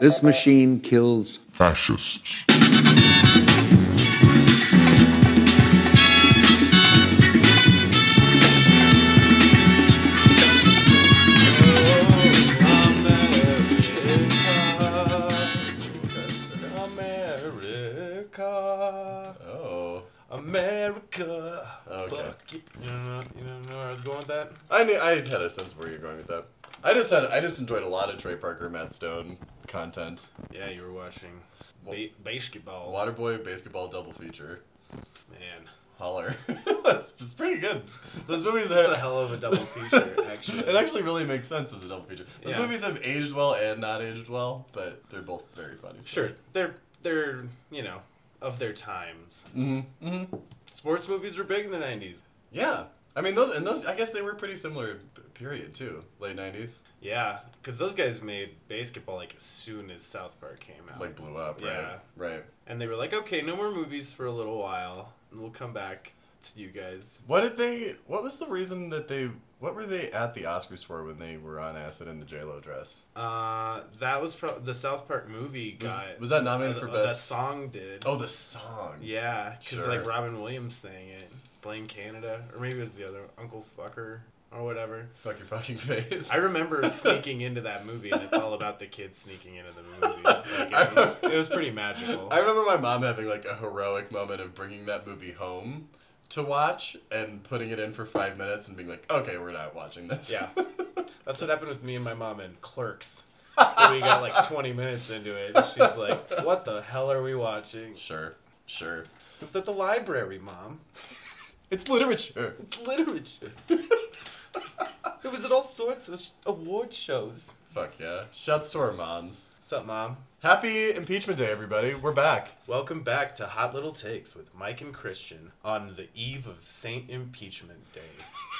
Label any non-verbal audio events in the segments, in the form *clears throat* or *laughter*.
This machine kills fascists. America. Oh. America. Okay. Fuck it. You know, you know, know where I was going with that? I knew I had a sense of where you were going with that. I just had I just enjoyed a lot of Trey Parker, Matt Stone content. Yeah, you were watching ba- basketball. Waterboy basketball double feature. Man, Holler. *laughs* that's, that's pretty good. Those movies that's have a hell of a double feature, *laughs* actually. it actually really makes sense as a double feature. Those Yeah. movies have aged well and not aged well, but they're both very funny. so- sure they're they're you know of their times. Mhm, Mm-hmm, mhm. Sports movies were big in the '90s. Yeah. I mean those and those. I guess they were pretty similar p- period too. Late nineties, Yeah, because those guys made basketball like as soon as South Park came out. like blew up. Right. Oh. Yeah. Right. and they were like, okay, no more movies for a little while, and we'll come back to you guys. What did they? What was the reason that they? What were they at the Oscars for when they were on acid in the J Lo dress? Uh, that was pro- the South Park movie Was, got was that nominated uh, for that best? song did. Oh, the song. Yeah, because Sure. like Robin Williams sang it, Blame Canada, or maybe it was the other Uncle Fucker or whatever. Fuck your fucking *laughs* face. *laughs* I remember sneaking into that movie, and it's all about the kids sneaking into *laughs* the movie. Like, it, was, it was pretty magical. I remember my mom having like a heroic moment of bringing that movie home to watch and putting it in for five minutes and being like, okay, we're not watching this. Yeah. That's what happened with me and my mom in Clerks. we got *laughs* like 20 minutes into it, and she's like, "What the hell are we *laughs* watching?" sure. Sure. It was at the library, mom. It's literature. It's literature. *laughs* it was at all sorts of sh- award shows. Fuck yeah. Shouts to our moms. What's up, mom? Happy Impeachment Day, everybody. We're back. *laughs* Welcome back to Hot Little Takes with Mike and Christian on the eve of Saint Impeachment Day.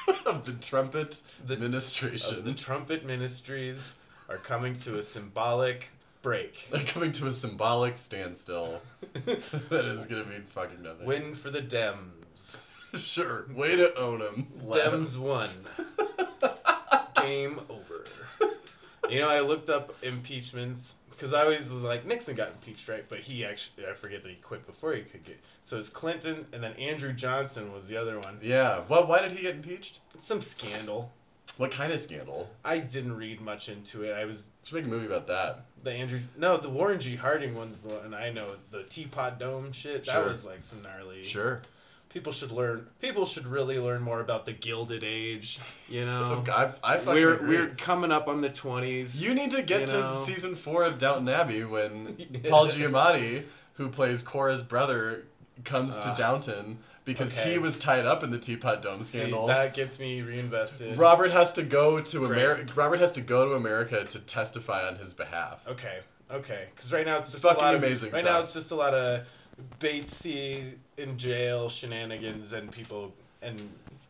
Uh, of the Trumpet The- administration. Of the trumpet ministries are coming to a symbolic break. They're coming to a symbolic *laughs* standstill. that is gonna mean fucking nothing. Win for the Dems. *laughs* sure. Way to own them. Dems won. Game over. You know, I looked up impeachments because I always was like Nixon got impeached, right? But he actually, I forget that he quit before he could get. So it's Clinton, and then Andrew Johnson was the other one. Yeah. Well, why did he get impeached? Some scandal. What kind of scandal? I didn't read much into it. I was Should make a movie about that. the Andrew. No, the Warren G. Harding one's the one I know. The Teapot Dome shit. That Sure. was like some gnarly. Sure. People should learn. People should really learn more about the Gilded Age. You *laughs* know. I, I fucking Um, we're agree. we're coming up on the twenties. You need to get You to know. season four of Downton Abbey *laughs* when Paul Giamatti, who plays Cora's brother, comes to Ah. Downton because Okay. he was tied up in the Teapot Dome See, scandal. that gets me reinvested. Robert has to go to Great. America. Robert has to go to America to testify on his behalf. Okay, okay. Because right now it's just Fucking a lot of amazing Right stuff. now it's just a lot of Batesy in jail shenanigans and people and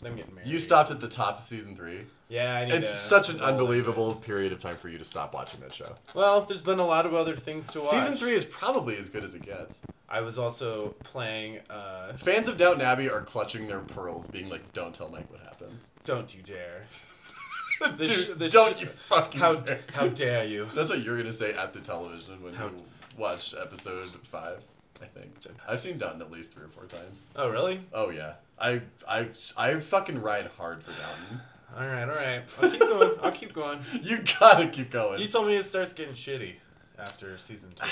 them getting married. You stopped at the top of season three. Yeah, I need It's to such an roll into unbelievable period of time for you to stop watching that show. it. Well, there's been a lot of other things to watch. Season three is probably as good as it gets. I was also playing. uh Fans of Downton Abbey are clutching their pearls, being like, "Don't tell Mike what happens." Don't you *laughs* dare! Dude, This- this- don't you fucking How dare. how dare you? That's what you're gonna say at the television when How- you watch episode five. I think I've seen Downton at least three or four times. Oh really? Oh yeah, I I I fucking ride hard for Downton. *laughs* All right, all right. I'll keep going. I'll keep *laughs* going. You gotta keep going. You told me it starts getting shitty after season two.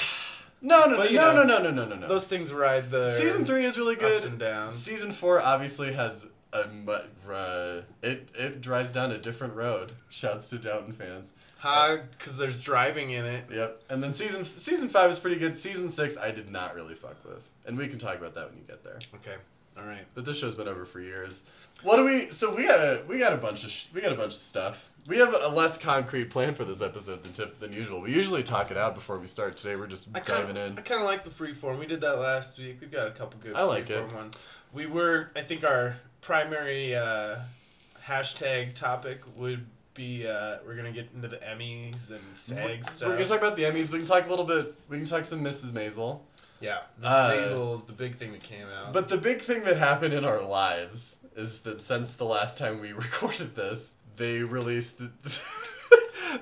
no, no, no, But, you no, know, no, no, no, no, no. *sighs* Those things ride the Season three is really good. ups and downs. Season four obviously has a mu- uh, it it drives down a different road. Shouts to Downton fans. Huh? Because there's driving in it. Yep. And then season season five is pretty good. Season six I did not really fuck with, and we can talk about that when you get there. Okay. All right. But this show's been over for years. What do we? So we got a we got a bunch of sh- we got a bunch of stuff. We have a less concrete plan for this episode than tip than usual. We usually talk it out before we start. Today we're just I diving kind of, I in. kind of like the free form. We did that last week. We've got a couple good I like free it. form ones. We were, I think, our primary uh, hashtag topic would be uh, we're gonna get into the Emmys and SAG stuff. We're gonna talk about the Emmys. We can talk a little bit. We can talk some Mrs. Maisel. yeah, Miss Uh, Maisel is the big thing that came out. But the big thing that happened in our lives is that since the last time we *laughs* recorded this, *laughs* they released the,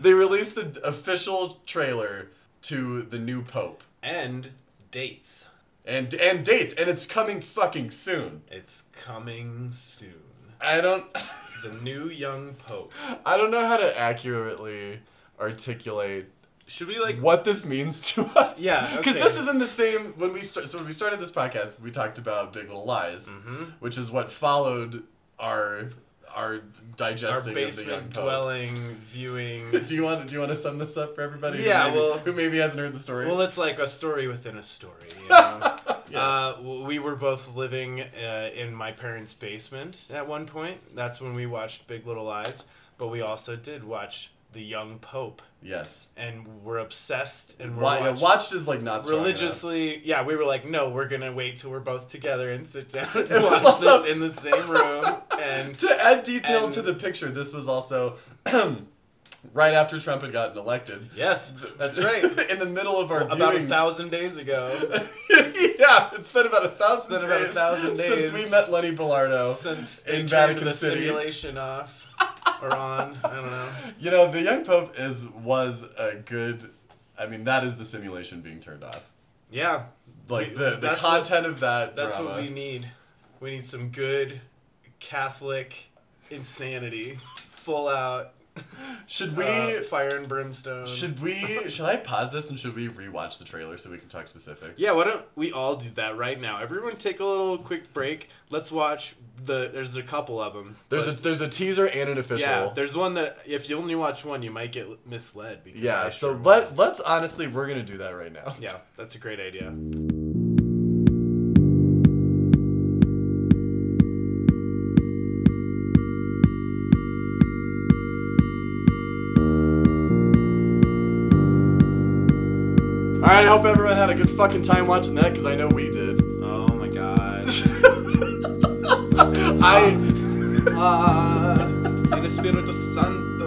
they released the official trailer to the new pope and dates. and and dates, and it's coming fucking soon. It's coming soon. I don't, *laughs* The new young pope. *gasps* I don't know how to accurately articulate Should we like? what this means to us. *laughs* Yeah, because okay. this isn't the same when we start. So when we started this podcast, we talked about Big Little Lies, Mhm. which is what followed our our Our digesting of the young basement pope. dwelling viewing. *laughs* Do you want do you want to sum this up for everybody? Yeah, who maybe, well- who maybe hasn't heard the story? Well, it's like a story within a story. *laughs* You know? Yeah. uh, w- we were both living uh, in my parents' basement at one point. That's when we watched Big Little Lies, but we also did watch The Young Pope, yes. and we're obsessed and we're Wa- yeah, watch- watched is like not strong enough. *laughs* religiously. Yeah, we were like, no, we're gonna wait till we're both together and sit *laughs* down It and was watch also- this in the same room. And *laughs* To add detail and- to the picture, this was also *clears throat* right after Trump had gotten elected. yes, *laughs* that's right. In the middle of our About a viewing- thousand days ago, *laughs* yeah, it's been about a 1000 It's been about a days thousand *laughs* since days. we met Lenny Bellardo. since they In turned Vatican the City. simulation off or on, I don't know. You know, the young pope is was a good. I mean, that is the simulation being turned off. Yeah, Like We- the, the that's what- content of that that's drama. what we need. We need some good Catholic insanity, full out should we? uh, fire and brimstone. should *laughs* we? Should I pause this and should we rewatch the trailer so we can talk specifics? Yeah, why don't we all do that right now? Everyone take a little quick break. Let's watch the. There's a couple of them. There's a there's a teaser and an official. yeah. There's one that if you only watch one, you might get misled. Because Yeah, I so sure let was. let's honestly we're gonna do that right now. Yeah, that's a great idea. All right, I hope everyone had a good fucking time watching that because I know we did. Oh my god. *laughs* Uh, um, I ah, el Espíritu Santo,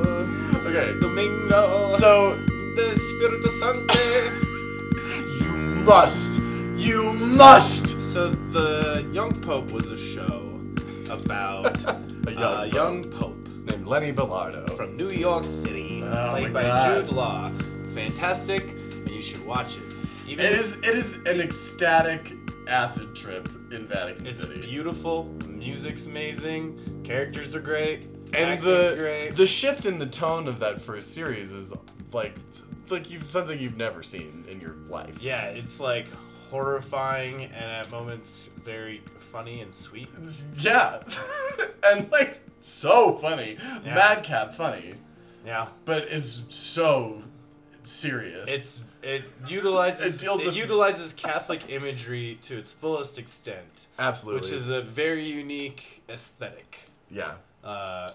okay. Domingo, So the Espíritu Santo. you must, you must. So the Young Pope was a show about A *laughs* young, uh, pope young Pope. named Lenny Bellardo. from New York City, Oh my played by God. Jude Law. It's fantastic, and you should watch it. Even it if is it is an ecstatic acid trip in Vatican it's City. beautiful, music's amazing, characters are great, and acting's the great. the shift in the tone of that first series is like it's like you've something you've never seen in your life. yeah, it's like horrifying and at moments very funny and sweet. It's- Yeah, *laughs* and like so funny, madcap funny, Yeah, but is so serious. it's it utilizes It it, deals with- utilizes Catholic imagery to its fullest extent, absolutely which is a very unique aesthetic. yeah. Uh,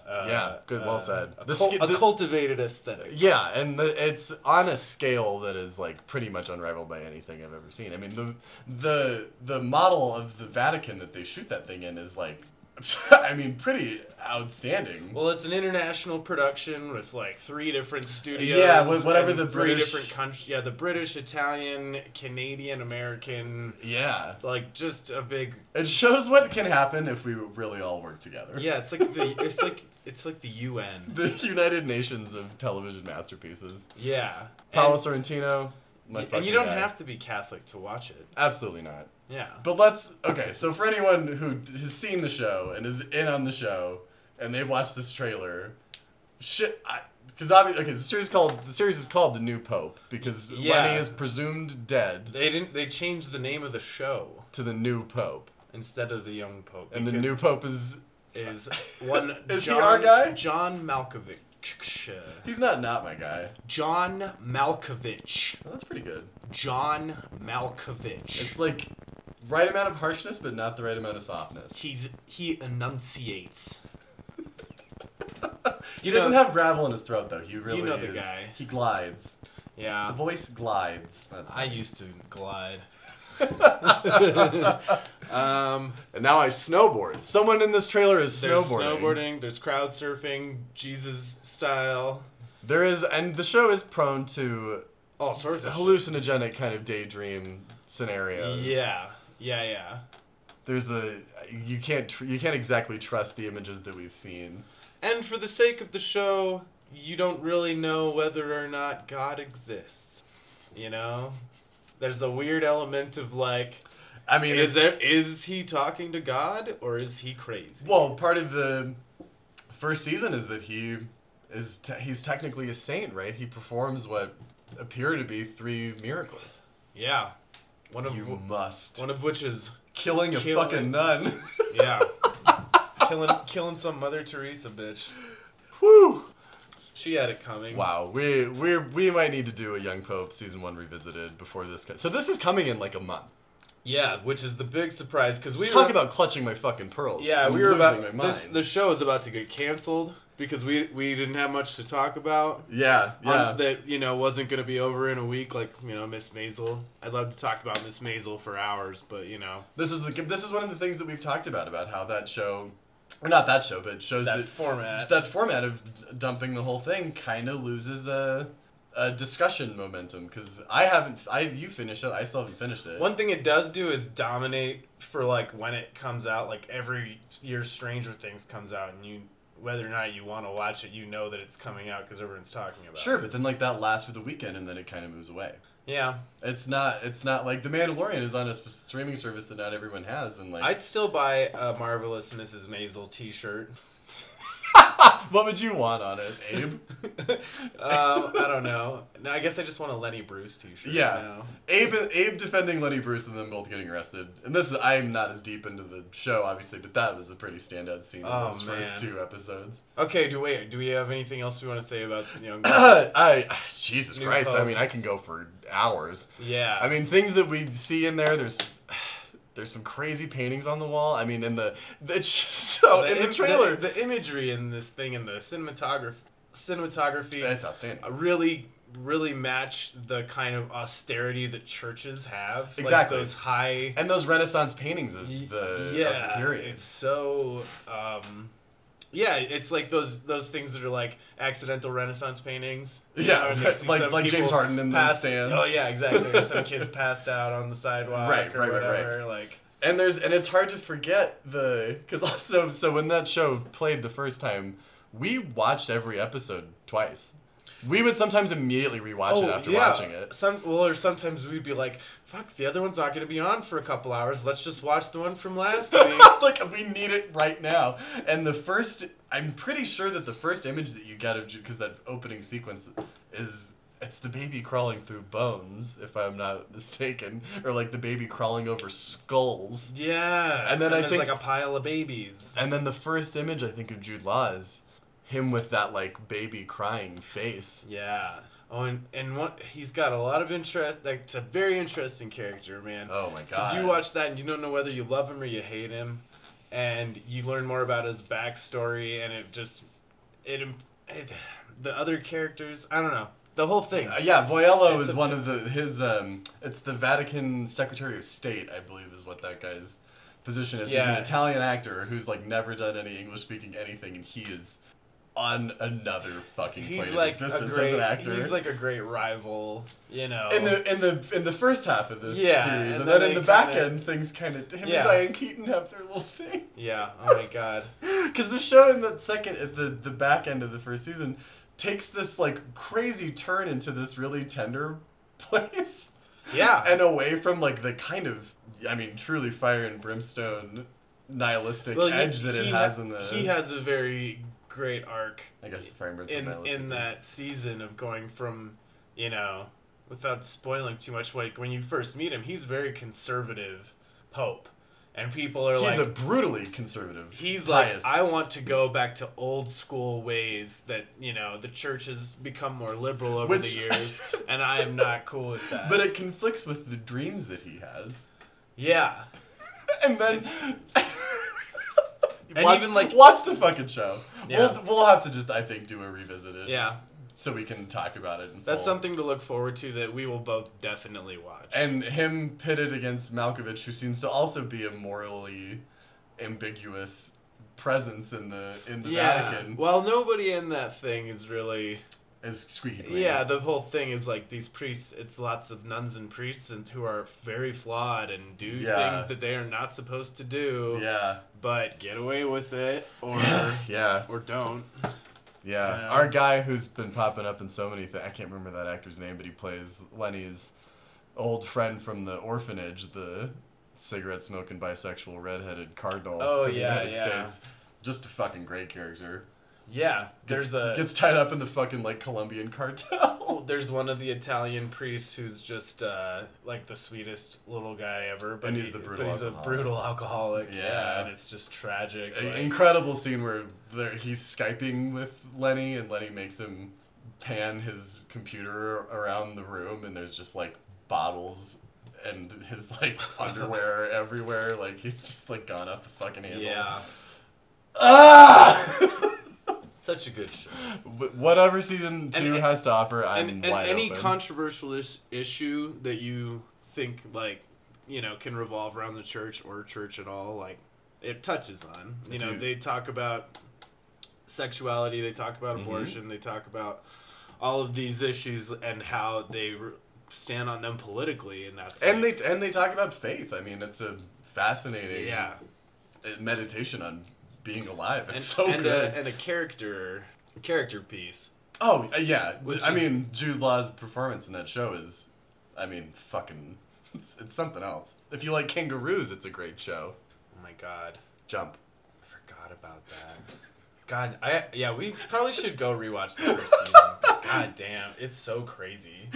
uh, Yeah, good, well uh, said. A, The cul- sk- a the- cultivated aesthetic. Yeah, and the, it's on a scale that is like pretty much unrivaled by anything I've ever seen. I mean, the the the model of the Vatican that they shoot that thing in is like, *laughs* I mean, pretty outstanding. Well, it's an international production with like three different studios. Yeah, with whatever and the three British- different countries. Yeah, the British, Italian, Canadian, American, yeah, like just a big. it shows what can happen if we really all work together. Yeah, it's like the it's like it's like the UN. *laughs* the United Nations of television masterpieces. Yeah, Paolo and, Sorrentino, my and you fucking don't guy. have to be Catholic to watch it. absolutely not. Yeah, But let's okay. So for anyone who d- has seen the show and is in on the show and they've watched this trailer, shit, because obviously okay, the series called the series is called the New Pope because Yeah. Lenny is presumed dead they didn't. They changed the name of the show to the New Pope, instead of the Young Pope. and the because New Pope is *laughs* is one. Is he John, our guy? John Malkovich. he's not not my guy. John Malkovich. Well, that's pretty good. John Malkovich. It's like right amount of harshness, but not the right amount of softness. He's he enunciates. *laughs* He doesn't know- have gravel in his throat though. He really know the is. guy. He glides. The Yeah. voice glides. That's I it. used to glide. um, and now I snowboard. Someone in this trailer is there's snowboarding. snowboarding. There's crowd surfing, Jesus style, There is, and the show is prone to all sorts of shit. hallucinogenic kind of daydream scenarios. Yeah, yeah, yeah. there's a you can't tr- you can't exactly trust the images that we've seen. And for the sake of the show, you don't really know whether or not God exists. You know, there's a weird element of like, I mean, is it's- there is he talking to God or is he crazy? Well, part of the first season is that he is te- he's technically a saint, right? He performs what appear to be three miracles. Yeah, one of You wh- must one of *laughs* which is killing a kill it. fucking nun. *laughs* yeah, killing killing some Mother Teresa bitch. Whew. She had it coming. Wow, we we we might need to do a Young Pope season one revisited before this. co- So this is coming in like a month. Yeah, which is the big surprise because we Talk were, about clutching my fucking pearls. Yeah, I'm we were losing about my mind. this. The show is about to get canceled because we we didn't have much to talk about. yeah, yeah. on- that you know wasn't going to be over in a week, like you know Miss Maisel. I'd love to talk about Miss Maisel for hours, but you know this is the this is one of the things that we've talked about about how that show, or not that show, but shows that that format. that format of dumping the whole thing kind of loses a, a discussion momentum because I haven't I you finished it I still haven't finished it. One thing it does do is dominate for like when it comes out. Like every year, Stranger Things comes out, and you whether or not you want to watch it, you know that it's coming out because everyone's talking about. sure, it. but then like that lasts for the weekend and then it kind of moves away. Yeah, It's not it's not like The Mandalorian is on a sp- streaming service that not everyone has and like I'd still buy a marvelous Mrs. Maisel T-shirt. *laughs* *laughs* what would you want on it, Abe? um, I don't know. No, I guess I just want a Lenny Bruce T-shirt. Yeah. now. *laughs* Abe Abe defending Lenny Bruce and them both getting arrested. And this is I'm not as deep into the show obviously, but that was a pretty standout scene in Oh, those first man. two episodes. Okay. Do wait. Do we have anything else we want to say about the young? Pope? *clears throat* I Jesus New Christ, I Pope. mean I can go for hours. yeah. I mean, things that we see in there. There's there's some crazy paintings on the wall. I mean, in the it's just so in the im- trailer, the, imagery in this thing and the cinematography, cinematography, it's outstanding. uh, really, really match the kind of austerity that churches have. Like, Exactly. those high. And those Renaissance paintings of Y- the, of the yeah, period. it's so. Um, yeah, it's like those those things that are like accidental Renaissance paintings. you Yeah, know, and you right, see like- some like James people Harden in the pass- stands. Oh yeah, exactly. Or *laughs* some kids passed out on the sidewalk Right, or right, right, right. whatever. Like and there's and it's hard to forget the because *laughs* also so when that show played the first time, we watched every episode twice. We would sometimes immediately rewatch it after watching it. *laughs* Oh, Some well, or sometimes we'd be like, "Fuck, the other one's not going to be on for a couple hours. Let's just watch the one from *laughs* last week." like we need it right now. And the first, I'm pretty sure that the first image that you get of because that opening sequence is it's the baby crawling through bones, if I'm not mistaken, or like the baby crawling over skulls. yeah, And then I there's think- like a pile of babies. And then the first image I think of Jude Law is him with that like baby crying face. Yeah. Oh, and and what he's got a lot of interest. Like, it's a very interesting character, man. Oh my Because god! you watch that and you don't know whether you love him or you hate him, and you learn more about his backstory, and it just it, imp- it the other characters. I don't know the whole thing. Uh, yeah, Voyello It's is a- one of the his um it's the Vatican Secretary of State, I believe is what that guy's position is. He's Yeah. an Italian actor who's like never done any English speaking anything and he is on another fucking plane he's of like a existence great, as an actor. He's like a great rival, you know. in the in the in the first half of this Yeah, series, and and, then then, in the they back kinda- end, things kind of him Yeah. and Diane Keaton have their little thing. yeah. Oh my god. Because the show in the second, at the the back end of the first season, takes this like crazy turn into this really tender *laughs* place. Yeah. and away from like the kind of I mean truly fire and brimstone nihilistic Well, he- edge that it he has ha- in the He has a very great arc I guess the fire and brimstone in nihilistic in is- that season of going from, you know, without spoiling too much. Like when you first meet him, he's very conservative pope, and people are he's like. a brutally conservative He's pious. like, *laughs* I want to go back to old school ways that you know the church has become more liberal over Which- *laughs* the years, and I am not cool with that. but it conflicts with the dreams that he has *laughs* yeah, and then *laughs* And watch, even, like- watch the fucking show Yeah. we'll, we'll have to just I think do a revisit it yeah, so we can talk about it in That's full. something to look forward to that we will both definitely watch. and him pitted against Malkovich, who seems to also be a morally ambiguous presence in the in the yeah. Vatican, Well, nobody in that thing is really. is squeaky clean. Yeah, the whole thing is like these priests. It's lots of nuns and priests and who are very flawed and do Yeah. things that they are not supposed to do. yeah, But get away with it, or *laughs* yeah. or don't. Yeah, Yeah. our guy who's been popping up in so many things. I can't remember that actor's name, but he plays Lenny's old friend from the orphanage, the cigarette smoking bisexual redheaded cardinal. Oh, from the yeah, United yeah. States. Just a fucking great character. Yeah, Gets- there's a gets tied up in the fucking like Colombian cartel. *laughs* there's one of the Italian priests who's just uh, like the sweetest little guy ever, but And he's he- the brutal but he's a alcoholic. brutal alcoholic. Yeah. Yeah. and it's just tragic. An like- incredible scene where there, he's skyping with Lenny, and Lenny makes him pan his computer around the room, and there's just like bottles and his *laughs* like underwear everywhere. Like he's just like gone off the fucking handle. yeah, Ah! *laughs* such a good show. Wh- Whatever season two and- has to offer, I'm And, and wide any open. controversial is- issue that you think like you know can revolve around the church or church at all, like it touches on. You If know, you- they talk about sexuality, they talk about Mm-hmm. abortion, they talk about all of these issues and how they re- stand on them politically, and that's and like, they and they talk about faith. I mean, it's a fascinating yeah. meditation on being alive. It's and, so and good. A, and a character a character piece. Oh uh, yeah, Which I is- mean Jude Law's performance in that show is, I mean, fucking, it's, it's something else. If you like kangaroos, it's a great show. Oh my god, Jump. I forgot about that. God, I yeah, we probably should go rewatch the first season. God damn, it's so crazy.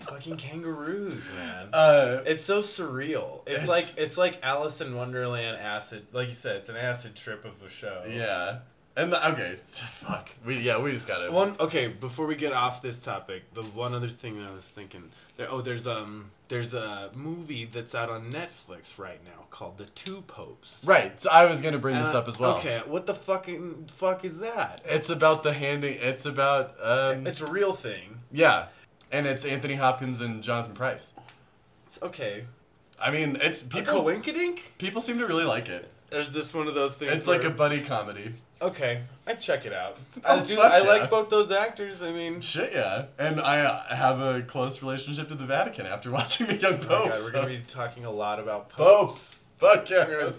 Fucking kangaroos, man. Uh, it's so surreal. It's- It's, like it's like Alice in Wonderland acid. Like you said, it's an acid trip of a show. yeah, and the, okay, *laughs* fuck. We yeah, we just got it. One okay, before we get off this topic, the one other thing that I was thinking, there, oh, there's um, there's a movie that's out on Netflix right now called The Two Popes. Right. So I was gonna bring this Uh, up as well. Okay, what the fucking fuck is that? It's about the handing. It's about um. It's a real thing. yeah, and it's Anthony Hopkins and Jonathan Price. It's okay. I mean, it's A people. coinkydink? people seem to really like it. There's this one of those things. It's like a where- buddy comedy. okay. I check it *laughs* out. Oh, I do. fuck I yeah. like both those actors. I mean, Shit, yeah. And I uh, have a close relationship to the Vatican after *laughs* watching The Young Pope. oh my God, we're so- gonna be talking a lot about popes. *laughs* popes. Fuck We're yeah. *laughs* gonna-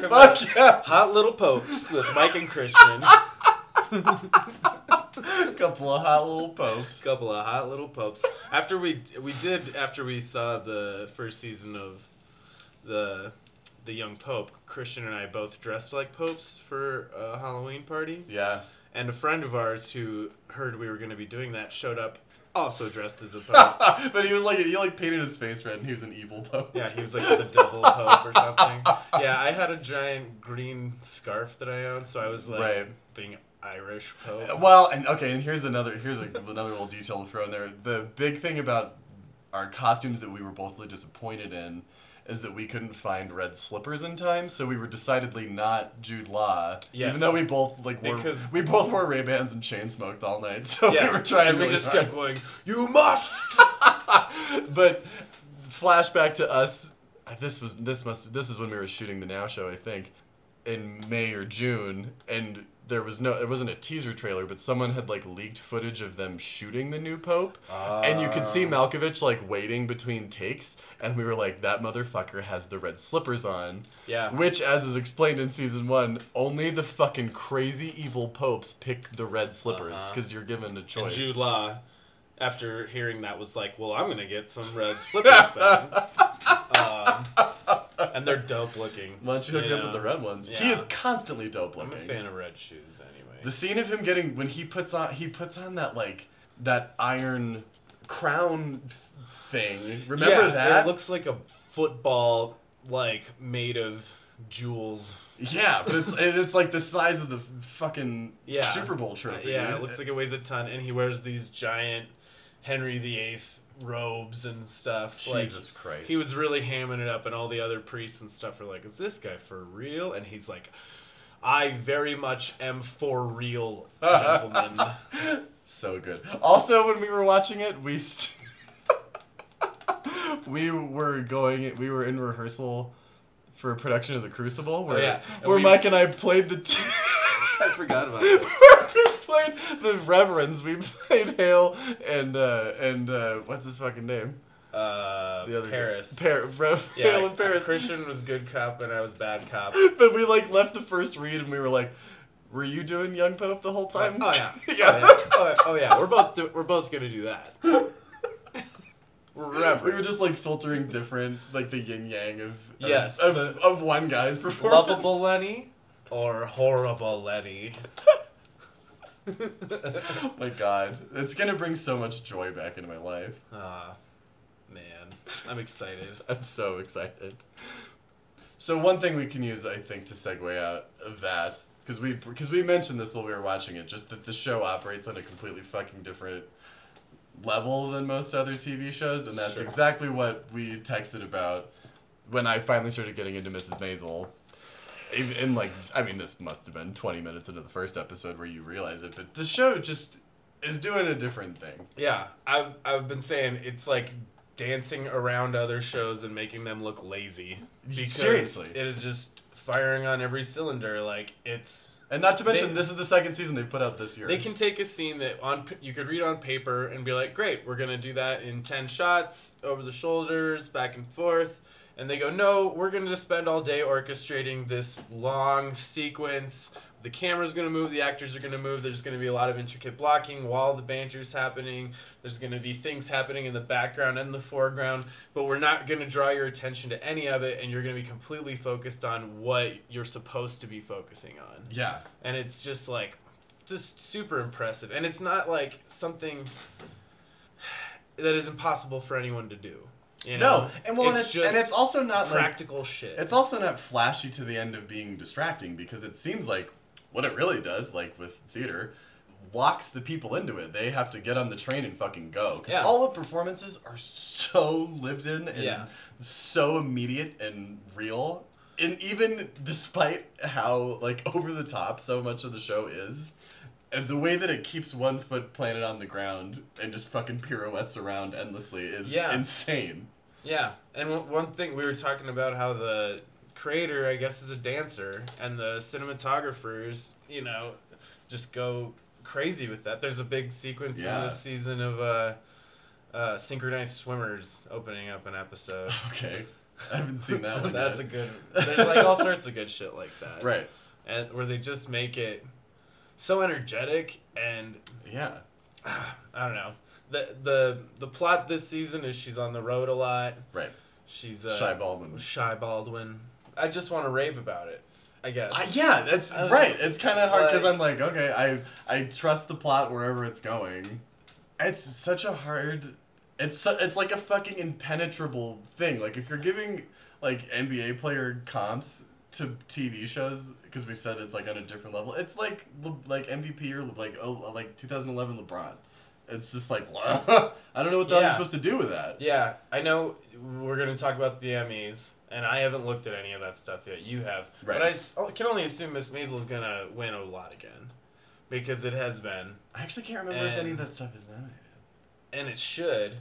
welcome Fuck back. yeah. Hot little popes with Mike and *laughs* Christian. *laughs* Couple of hot little popes. couple of hot little popes. After we we did after we saw the first season of the the young pope, Christian and I both dressed like popes for a Halloween party, Yeah. *laughs* and a friend of ours who heard we were going to be doing that showed up also dressed as a pope. *laughs* but he was like, he like painted his face red and he was an evil pope. Yeah, he was like the devil pope or something. Yeah, I had a giant green scarf that I owned, so I was like Right. being Irish pope. Uh, Well, and okay, and here's another here's like another little detail to throw in there. The big thing about our costumes that we were both really disappointed in is that we couldn't find red slippers in time, so we were decidedly not Jude Law. Yes. Even though we both like wore Because- we both wore Ray Bans and chain smoked all night, *laughs* so yeah, we were trying and we really just hard. kept going. You must. *laughs* but flashback to us. This was this must this is when we were shooting the Now show, I think, in May or June, and there was no it wasn't a teaser trailer, but someone had like leaked footage of them shooting the new Pope, and you could see Oh. Malkovich like waiting between takes, and we were like, that motherfucker has the red slippers on. Yeah. Which, as is explained in season one, only the fucking crazy evil popes pick the red slippers Uh-huh. because you're given a And choice. Jude Law, after hearing that, was like, "Well, I'm gonna get some red slippers then." *laughs* um, and they're dope looking. Why don't you hook you me up know? with the red ones? He Yeah. is constantly dope I'm a looking. fan of red shoes anyway. The scene of him getting when he puts on he puts on that like that iron crown thing. Remember Yeah, that? It looks like a football, like made of jewels. yeah, but it's it's like the size of the fucking Yeah. Super Bowl trophy. Yeah, it looks like it weighs a ton, and he wears these giant Henry VIII robes and stuff. like, Jesus Christ. He was really hamming it up, and all the other priests and stuff were like, "Is this guy for real?" And he's like, "I very much am for *laughs* real, gentlemen." so good. Also, when we were watching it, we st- *laughs* we were going we were in rehearsal for a production of The Crucible where Oh, yeah. And where we- Mike and I played the. T- *laughs* I forgot about we that. played the Reverends. We played Hale and uh, and uh, what's his fucking name? Uh, The other Paris. Par- Rev- *laughs* yeah, Hale and *laughs* Paris. Christian was good cop, and I was bad cop. But we like left the first read and we were like, Were you doing Young Pope the whole Oh time? *laughs* yeah. Oh, yeah. yeah. Oh, yeah. Oh, yeah. We're both do- we're both gonna *laughs* do that. We're We were reverend. just like filtering different, like the yin yang of of- Yes, of, the- of one guy's *laughs* performance. Lovable Lenny or horrible Lenny. My God, it's gonna bring so much joy back into my life. Ah, man, I'm excited. *laughs* I'm so excited. So one thing we can use, I think, to segue out of that, because we because we mentioned this while we were watching it, just that the show operates on a completely fucking different level than most other TV shows, and that's Sure. exactly what we texted about when I finally started getting into Mrs. Maisel. Even- And like, I mean, this must have been 20 minutes into the first episode where you realize it, but the show just is doing a different thing. Yeah, I've I've been saying it's like dancing around other shows and making them look lazy. Because Seriously. it is just firing on every cylinder. Like it's And not to mention, They- this is the second season they put out this year. They can take a scene that on p- you could read on paper and be like, "Great, we're gonna do that in ten shots, over the shoulders, back and forth," and they go, "No, we're gonna just spend all day orchestrating this long sequence. The camera's gonna move, the actors are gonna move. There's gonna be a lot of intricate blocking while the banter's happening. There's gonna be things happening in the background and the foreground, but we're not gonna draw your attention to any of it, and you're gonna be completely focused on what you're supposed to be focusing on." yeah. and it's just like just super impressive and it's not like something that is impossible for anyone to do you know? No, and well, and it's, just and it's also not like practical shit it's also not flashy to the end of being distracting because it seems like what it really does, like with theater, locks the people into it. They have to get on the train and fucking go because Yeah. all the performances are so lived in and Yeah. so immediate and real. And even despite how like *laughs* over the top so much of the show is, and the way that it keeps one foot planted on the ground and just fucking pirouettes around endlessly is Yeah. insane. yeah and one- one thing we were talking about how the creator i guess is a dancer and the cinematographers you know just go crazy with that there's a big sequence Yeah. in this season of uh, uh, synchronized swimmers opening up an episode Okay. I haven't seen *laughs* *laughs* that one. That's yet. a good. *laughs* There's like all sorts of good shit like that. Right. And where they just make it so energetic and Yeah. I don't know. The the the plot this season is she's on the road a lot. Right. She's uh, Shy Baldwin. Shy Baldwin. I just want to rave about it. I guess. I, yeah, that's I don't right. know. It's kind of hard because Like- I'm Uh, like, okay, I I trust the plot wherever it's going. It's such a hard. It's su- it's like a fucking impenetrable thing. Like if you're giving like NBA player comps to TV shows because we said it's like on a different level. It's like Le- like MVP or like oh like 2011 LeBron. It's just like *laughs* I don't know what the hell you're Yeah. supposed to do with that. yeah, I know we're gonna talk about the Emmys, and I haven't looked at any of that stuff yet. You have, Right. but I s- I can only assume Miss Maisel's gonna win a lot again, because it has been. I actually can't remember if any of And- that stuff is nominated. And it should.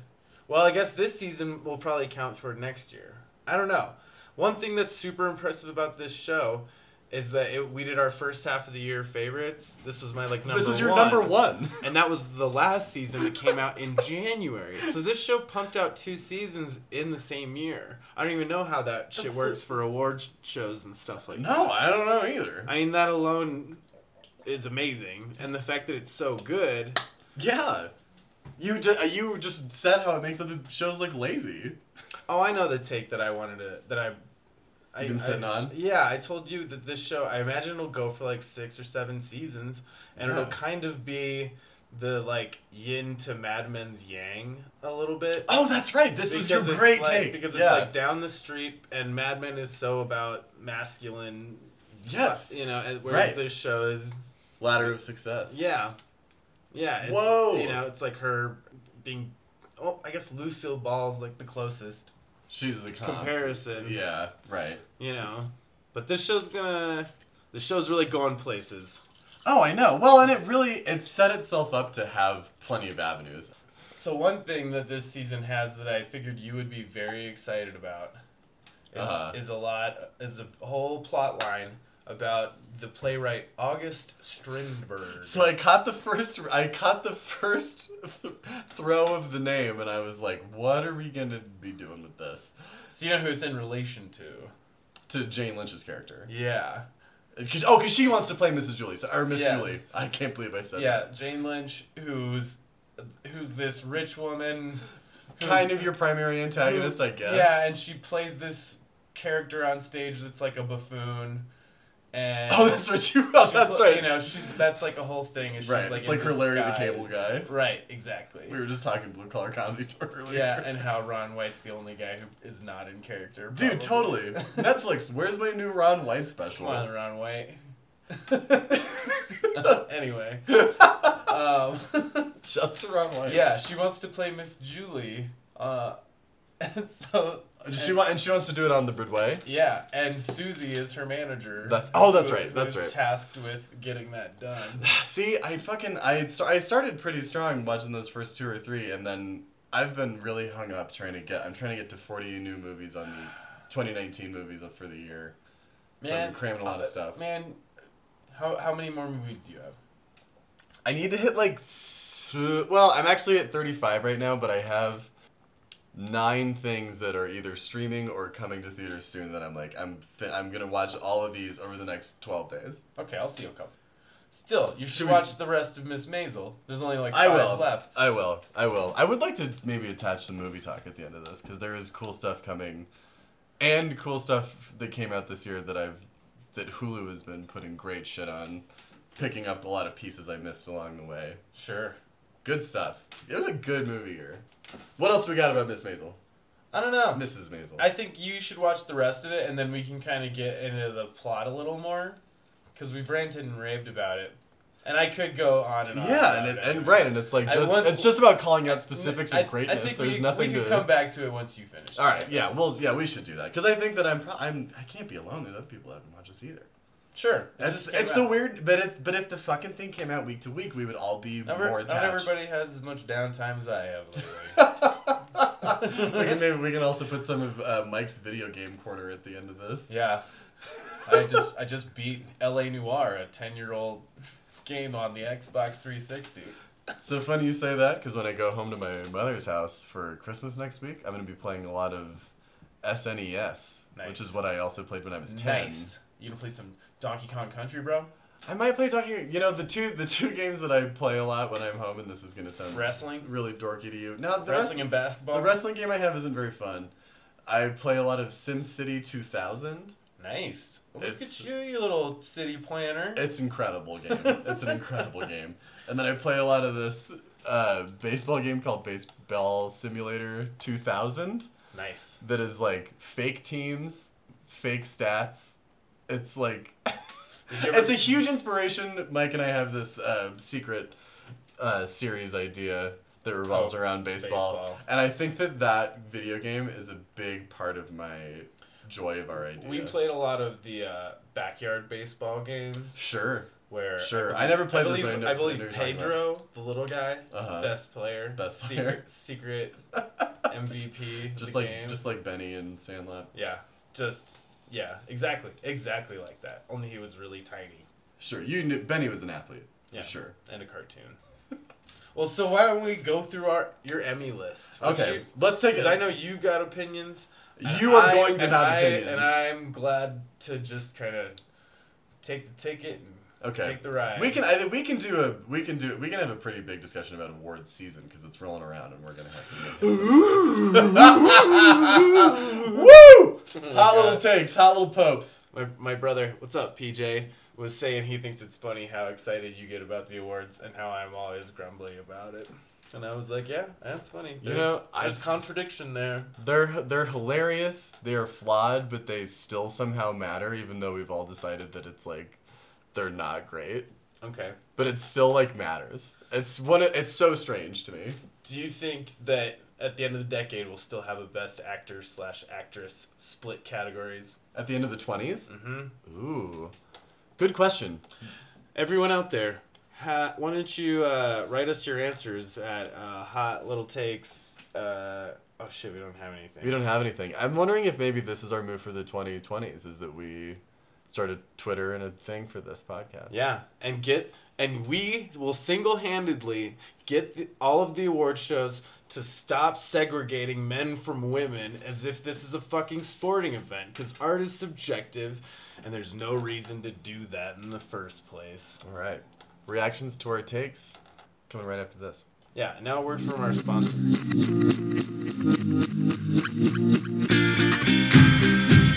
Well, I guess this season will probably count toward next year. I don't know. One thing that's super impressive about this show is that it, we did our first half of the year favorites. This was my like number. This is your number one. And that was the last season that came out in January. So this show pumped out two seasons in the same year. I don't even know how that shit That's- works for awards shows and stuff like that. No, I don't know either. I mean, that alone is amazing. And the fact that it's so good. yeah, you ju- uh, you just said how it makes other shows look lazy. Oh, I know the take that I wanted to that I. I You've been sitting I- on? Yeah, I told you that this show. I imagine it'll go for like six or seven seasons, and Yeah. it'll kind of be the like yin to Mad Men's yang a little bit. Oh, that's right. This was your Because it's great like- take. because it's yeah. like down the street, and Mad Men is so about masculine. Yes. you know, and whereas Right. this show is ladder of success. yeah, yeah. It's, Whoa. You know, it's like her being. Oh, I guess Lucille Ball's like the closest she's the comp. comparison. Uh-huh. Yeah, right. you know. But this show's gonna, the show's really going places. Oh, I know. Well, and it really it set itself up to have plenty of avenues. So one thing that this season has that I figured you would be very excited about is, Uh-huh. is a lot is a whole plot line about the playwright August Strindberg. So I caught the first I caught the first th- throw of the name, and I was like, "What are we gonna be doing with this?" so you know who it's in relation to? To Jane Lynch's character. Yeah. Cause, oh, because she wants to play Mrs. Julie. So, or Miss Yeah. Julie. I can't believe I said Yeah, Jane Lynch, who's who's this rich woman, that. who- Kind of your primary who- antagonist, I guess. Yeah, and she plays this character on stage that's like a buffoon, and *laughs* Oh, that's what you. Oh, she that's pl- right. You know, she's that's like a whole thing. Is she's Right, like it's in like her Larry the disguise. Cable Guy. Right, exactly. we were just talking blue collar comedy *laughs* tour earlier. Yeah, and how Ron White's the only guy who is not in character. Dude, probably. *laughs* totally. Netflix, where's my new Ron White special? Come *laughs* on, Ron White. *laughs* *laughs* anyway, um, *laughs* Just Ron White. yeah, she wants to play Miss Julie. Uh, *laughs* and so Does She wa- and she wants to do it on the Broadway. yeah, and Susie is her manager. That's- oh, that's who- right, that's who's right. Tasked with getting that done. See, I fucking I st- I started pretty strong watching those first two or three, and then I've been really hung up trying to get. I'm trying to get to 40 new movies on the 2019 movies for the year. *sighs* So I've been cramming a lot of uh, stuff. Man, how how many more movies do you have? I need to hit like. s- Well, I'm actually at 35 right now, but I have nine things that are either streaming or coming to theaters soon that I'm like I'm fi- I'm gonna watch all of these over the next 12 days. Okay, I'll see you a couple. Still, you should, Should we- watch the rest of Miss Maisel. There's only like I five will. Uh, left. I will. I will. I would like to maybe attach some movie talk at the end of this because there is cool stuff coming, and cool stuff that came out this year that I've that Hulu has been putting great shit on, picking up a lot of pieces I missed along the way. Sure. Good stuff. It was a good movie year. What else we got about Miss Maisel? I don't know. Mrs. Maisel. I think you should watch the rest of it, and then we can kind of get into the plot a little more, because we've ranted and raved about it, and I could go on and on. yeah, about and, it, it. and right, and it's like I just once- it's just about calling out specifics I- of greatness. I think There's we, nothing we could to. come back to it once you finish. All right, yeah, well, yeah, we should do that because I think that I'm pro- I'm I can't be alone. There's other people that haven't watched this either. Sure. It It's just came it's the out. weird, but it's but if the fucking thing came out week to week, we would all be Not, more every- not attached. everybody has as much downtime as I have lately. *laughs* we can maybe we can also put some of uh, Mike's video game corner at the end of *laughs* this. yeah. I just I just beat L.A. Noir, a ten year old game on the Xbox 360. So funny you say that because when I go home to my mother's house for Christmas next week, I'm gonna be playing a lot of SNES, Nice. which is what I also played when I was ten. Nice. You gonna play some Donkey Kong Country, bro? I might play talking. You know the two the two games that I play a lot when I'm home, and this is gonna sound Wrestling. really dorky to you. No, the wrestling wrestling. and basketball. The wrestling game I have isn't very fun. I play a lot of SimCity 2000. Nice. Look It's- at you, you little city planner. It's incredible game. It's an *laughs* incredible game. And then I play a lot of this uh, baseball game called Baseball Simulator 2000 nice. that is like fake teams, fake stats. It's like Did *laughs* you ever- it's a huge inspiration. Mike and I have this uh, secret uh, series idea that revolves Oh, around baseball. baseball. and I think that that video game is a big part of my joy of our idea. We played a lot of the uh, backyard baseball games *laughs* sure, *laughs* where. Sure. I never played I this, believe, but I know- I I know believe you're talking about. Pedro, the little guy, Uh-huh. best player, Best player. secret, *laughs* secret MVP. of just the like game. just like Benny and Sandlot. yeah, just yeah, exactly, exactly like that. Only he was really tiny Sure, you knew Benny was an athlete. Yeah. For sure. and a cartoon. *laughs* well, so why don't we go through our your Emmy list? Would Okay, you- let's take it. Because I know you've got opinions. and You are I- going to and have I- opinions. And I'm glad to just kind of take the ticket and Okay. take the ride. We can I, we can do a we can do we can have a pretty big discussion about awards season because it's rolling around and we're gonna have to. Make *laughs* it Woo! Hot little God. takes, hot little popes. My, my brother, what's up, PJ? Was saying he thinks it's funny how excited you get about the awards and how I'm always grumbly about it. And I was like, yeah, that's funny. There's, know, I- there's contradiction there. They're they're hilarious. They are flawed, but they still somehow matter, even though we've all decided that it's like they're not great. Okay. But it still like matters. It's one. of- It's so strange to me. Do you think that at the end of the decade we'll still have a best actor slash actress split categories? At the end of the 20s Mm-hmm. Ooh, good question. Everyone out there, ha- why don't you uh, write us your answers at uh, Hot Little Takes? Uh, oh shit, we don't have anything. We don't have anything. I'm wondering if maybe this is our move for the 2020s is that we start a Twitter and a thing for this podcast. Yeah, and get and we will single handedly get the, all of the award shows to stop segregating men from women as if this is a fucking sporting event because art is subjective and there's no reason to do that in the first place. All right. Reactions to our takes coming right after *laughs* this. Yeah, now a word from our sponsor. *laughs*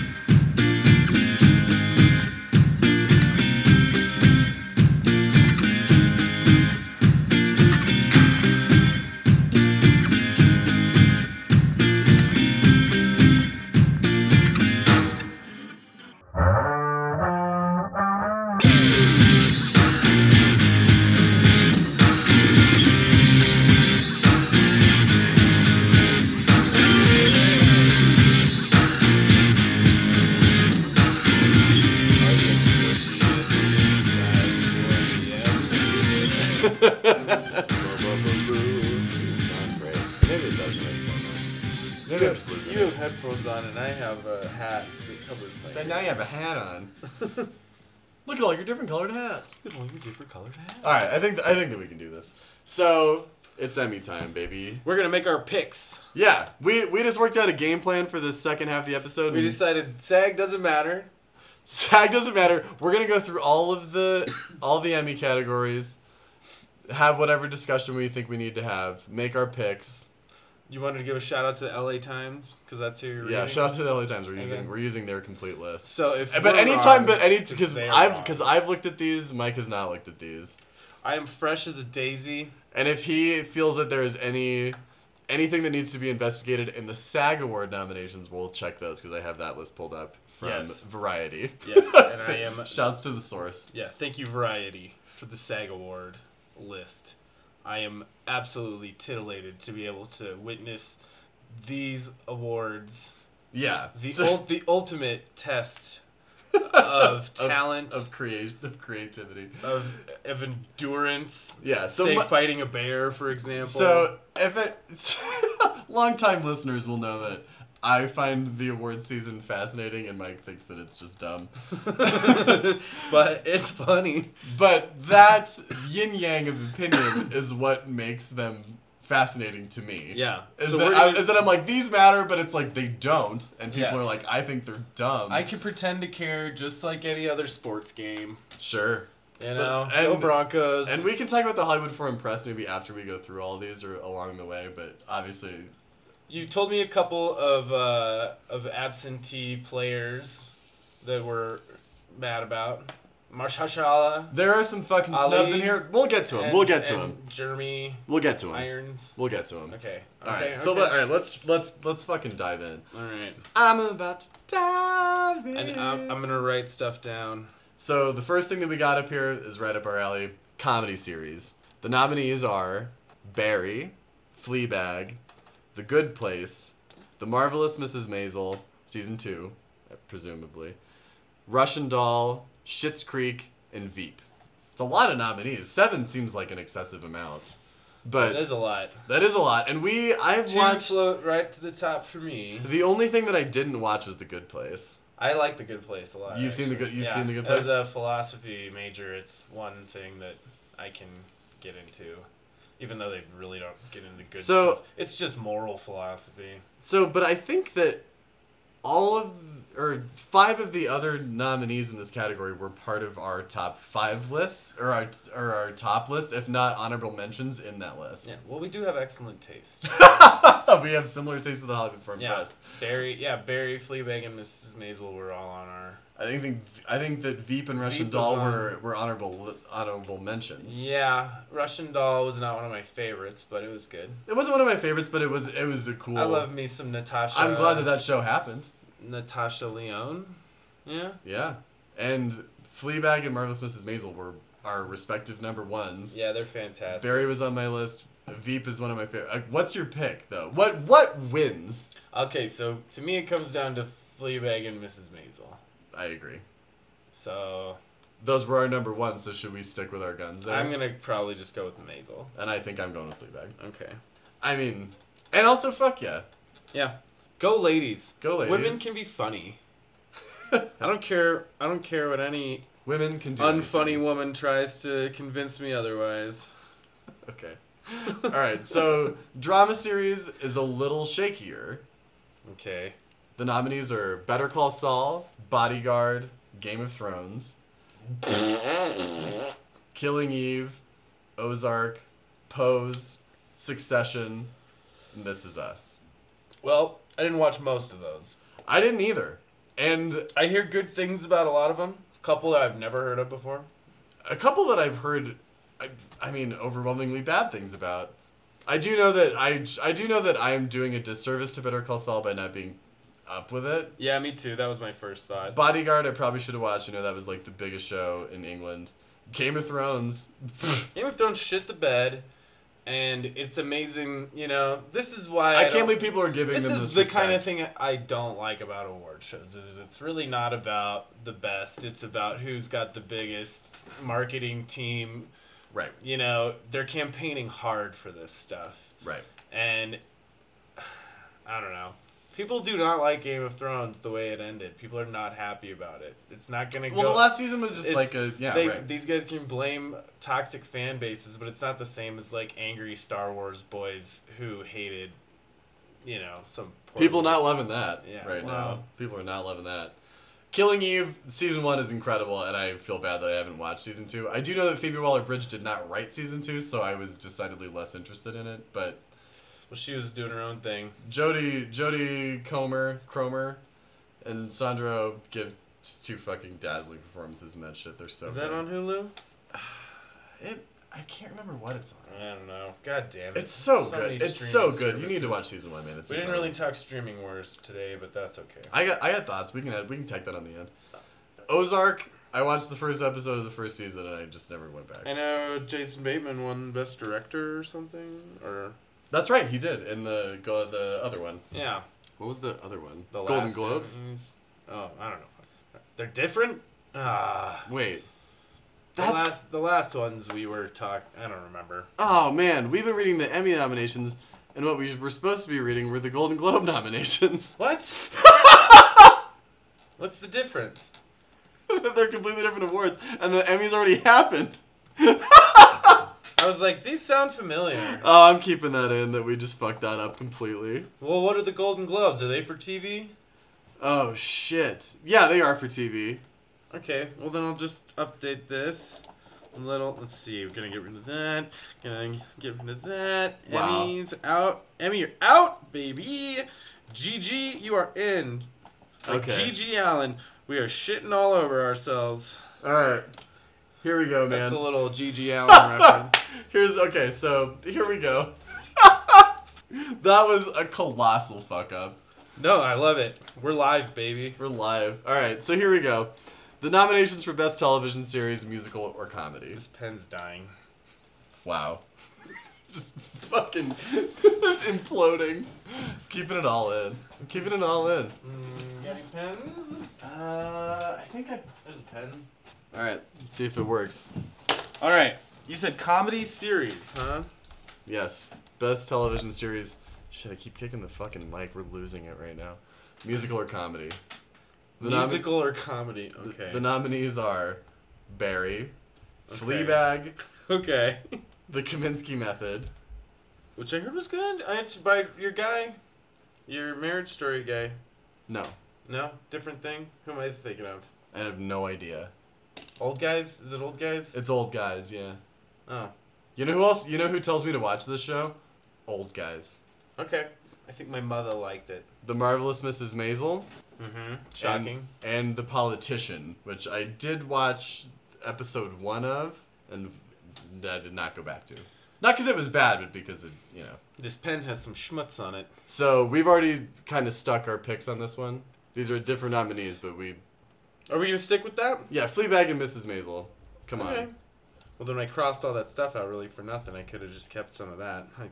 Maybe I'm just losing You it. have headphones on and I have a hat that covers my And now you have a hat on. *laughs* Look at all your different colored hats. Look at all your different colored hats. All right, I think I think that we can do this. So it's Emmy time, baby. We're gonna make our picks. Yeah, we we just worked out a game plan for the second half of the episode. We and decided SAG doesn't matter. SAG doesn't matter. We're gonna go through all of the all the Emmy categories, have whatever discussion we think we need to have, make our picks. You wanted to give a shout out to the LA Times because that's who you're Yeah, reading? shout out to the LA Times. We're using Okay. we're using their complete list. So if But we're anytime, wrong, but any it's because they're I've wrong. because I've looked at these, Mike has not looked at these. I am fresh as a daisy. And if he feels that there is any anything that needs to be investigated in the SAG Award nominations, we'll check those because I have that list pulled up from Yes. Variety. *laughs* Yes, and I am- Shouts to the source. Yeah, thank you Variety for the SAG award list. I am absolutely titillated to be able to witness these awards. Yeah, The so- ul- the *laughs* ultimate test of talent of creation of creativity. of of endurance. Yeah, so say mu- fighting a bear, for example. *laughs* So *laughs* if it, *laughs* long-time listeners will know that I find the award season fascinating, and Mike thinks that it's just *laughs* dumb. but it's funny. But that yin yang of opinion is what makes them fascinating to me. Yeah. Is, so that, we're I- gonna- is that I'm like, these matter, but it's like they don't. And people Yes. are like, I think they're dumb. I can pretend to care just like any other sports game. sure. You know, and- go Broncos. And we can talk about the Hollywood Foreign Press maybe after we go through all these or along the way, but obviously, you told me a couple of uh, of absentee players that were mad about Marshashala. there are some fucking snubs in Ali here. We'll get to them. we'll get to and them. Jeremy We'll get to them. Irons. We'll get to them. Okay. All right. okay, So okay. let, all right, let's let's let's fucking dive in. All right. I'm about to dive in. And I'm, I'm gonna write stuff down. So the first thing that we got up here is right up our alley: comedy series. The nominees are Barry, Fleabag, The Good Place, The Marvelous Mrs. Maisel, season two, presumably, Russian Doll, Schitt's Creek, and Veep. It's a lot of nominees. Seven seems like an excessive amount, but That is a lot. that is a lot. And we, I've Two watched. float right to the top for me. The only thing that I didn't watch was The Good Place. I like the Good Place a lot. You've seen The actually. Good- you've seen The Good As Place? a philosophy major, it's one thing that I can get into, even though they really don't get into good So- stuff. It's just moral philosophy. So, but I think that all of or five of the other nominees in this category were part of our top five lists or our or our top list, if not honorable mentions in that list. *laughs* Yeah. Well, we do have excellent *laughs* taste. we have similar tastes of the Hollywood Foreign yeah. Press. Barry. Yeah. Barry Fleabag and Mrs. Maisel were all on our. I think think I think that Veep and Russian Veep was Doll on- were were honorable li- honorable mentions. Yeah. Russian Doll was not one of my favorites, but it was good. It wasn't one of my favorites, but it was it was a cool. I love me some Natasha. I'm glad that that show happened. Natasha Leone. Yeah. Yeah, and Fleabag and Marvelous Mrs. Maisel were our respective number ones. Yeah, they're fantastic. Barry was on my list. Veep is one of my favorite. Uh, what's your pick though? What what wins? Okay, so to me it comes down to Fleabag and Mrs. Maisel. I agree. So Those were our number ones, so should we stick with our guns there? I'm gonna probably just go with Maisel. and I think I'm going with Fleabag. Okay. I mean, and also fuck yeah. Yeah. Go ladies. Go ladies. Women can be *laughs* funny. I don't care. I don't care what any Women can do unfunny anything. *laughs* woman tries to convince me otherwise. Okay. All right, so drama series is a little shakier. Okay. The nominees are Better Call Saul, Bodyguard, Game of Thrones, Killing Eve, Ozark, Pose, Succession, and This Is Us. Well, I didn't watch most of those. I didn't either. And I hear good things about a lot of them. A couple that I've never heard of before. a couple that I've heard, I, I mean, overwhelmingly bad things about. I do know that I, I do know that I am doing a disservice to Better Call Saul by not being up with it. Yeah, me too. That was my first thought. Bodyguard, I probably should have watched. You know, that was like the biggest show in England. Game of Thrones. *laughs* Game of Thrones shit the bed, and it's amazing. You know, this is why I, I don't- can't believe people are giving This them is this the kind of respect. thing I don't like about award shows. Is it's really not about the best. It's about who's got the biggest marketing team. Right, You know, they're campaigning hard for this stuff, right. and *sighs* I don't know. People do not like Game of Thrones the way it ended. People are not happy about it. It's not gonna Well, go. the last season was just It's- like a yeah, they- right. These guys can blame toxic fan bases, but it's not the same as like angry Star Wars boys who hated, you know, some poor People not loving that Yeah, right now. wow. People are not loving that. Killing Eve season one is incredible, and I feel bad that I haven't watched season two. I do know that Phoebe Waller Bridge did not write season two, so I was decidedly less interested in it. But Well, she was doing her own thing. Jody Jody Comer Cromer and Sandro give just two fucking dazzling performances in that shit. They're so Is that good. on Hulu? It, I can't remember what it's on. I don't know. God damn it. It's so, many good. It's so streaming good. You need to services. watch season one, man. It's We didn't really incredible. talk streaming wars today, but that's okay. I got I got thoughts. We can add, we can take that on the end. Ozark. I watched the first episode of the first season and I just never went back. I know Jason Bateman won Best Director or something, or That's right, he did in the go the other one. yeah, What was the other one? the Golden last Globes. Emmys. Oh, I don't know. They're different. Ah, Wait. the That's last the last ones we were talk. I don't remember. oh man, we've been reading the Emmy nominations, and what we were supposed to be reading were the Golden Globe *laughs* nominations. *laughs* What? What's the difference? They're completely different awards, and the Emmys already *laughs* happened. I was like, these sound familiar. Oh, I'm keeping that in that we just fucked that up completely. Well, what are the Golden Globes? Are they for TV? Oh shit. Yeah, they are for TV. Okay, well then I'll just update this a little. Let's see, we're gonna get rid of that. Gonna get rid of that. Wow. Emmy's out. Emmy, you're out, baby. GG, you are in. Like Okay. GG Allen, we are shitting all over ourselves. All right. Here we go, That's man. a little GG *laughs* Allen reference. Here's okay, so here we go. *laughs* that was a colossal fuck up. No, I love it. We're live, baby. We're live. All right, so here we go. The nominations for best television series, musical, or comedy. This pen's dying. Wow. *laughs* Just fucking imploding. Keeping it all in. Keeping it all in. You got Mm. any pens? Uh, I think I. There's a pen. All right, let's see if it works. All right. You said comedy series, huh? Yes, best television series. Shit, I keep kicking the fucking mic. We're losing it right now. Musical or comedy? The nomi- Musical or comedy? Okay. The nominees are Barry, Okay. Fleabag, *laughs* okay. The Kaminsky Method. Which I heard was good. Uh, It's by your guy, your marriage story guy. No, No, different thing. Who am I thinking of? I have no idea. Old guys? Is it old guys? It's old guys, yeah. oh, You know who else? You know who tells me to watch this show? Old guys. okay. I think my mother liked it. The Marvelous Mrs. Maisel. Mm-hmm. Shocking. And, and The Politician, which I did watch episode one of, and I did not go back to. Not because it was bad, but because it, you know. this pen has some schmutz on it. So we've already kind of stuck our picks on this one. These are different nominees, but we Are we gonna stick with that? Yeah, Fleabag and Mrs. Maisel. Come on. Well, then I crossed all that stuff out really for nothing. I could have just kept some of that. I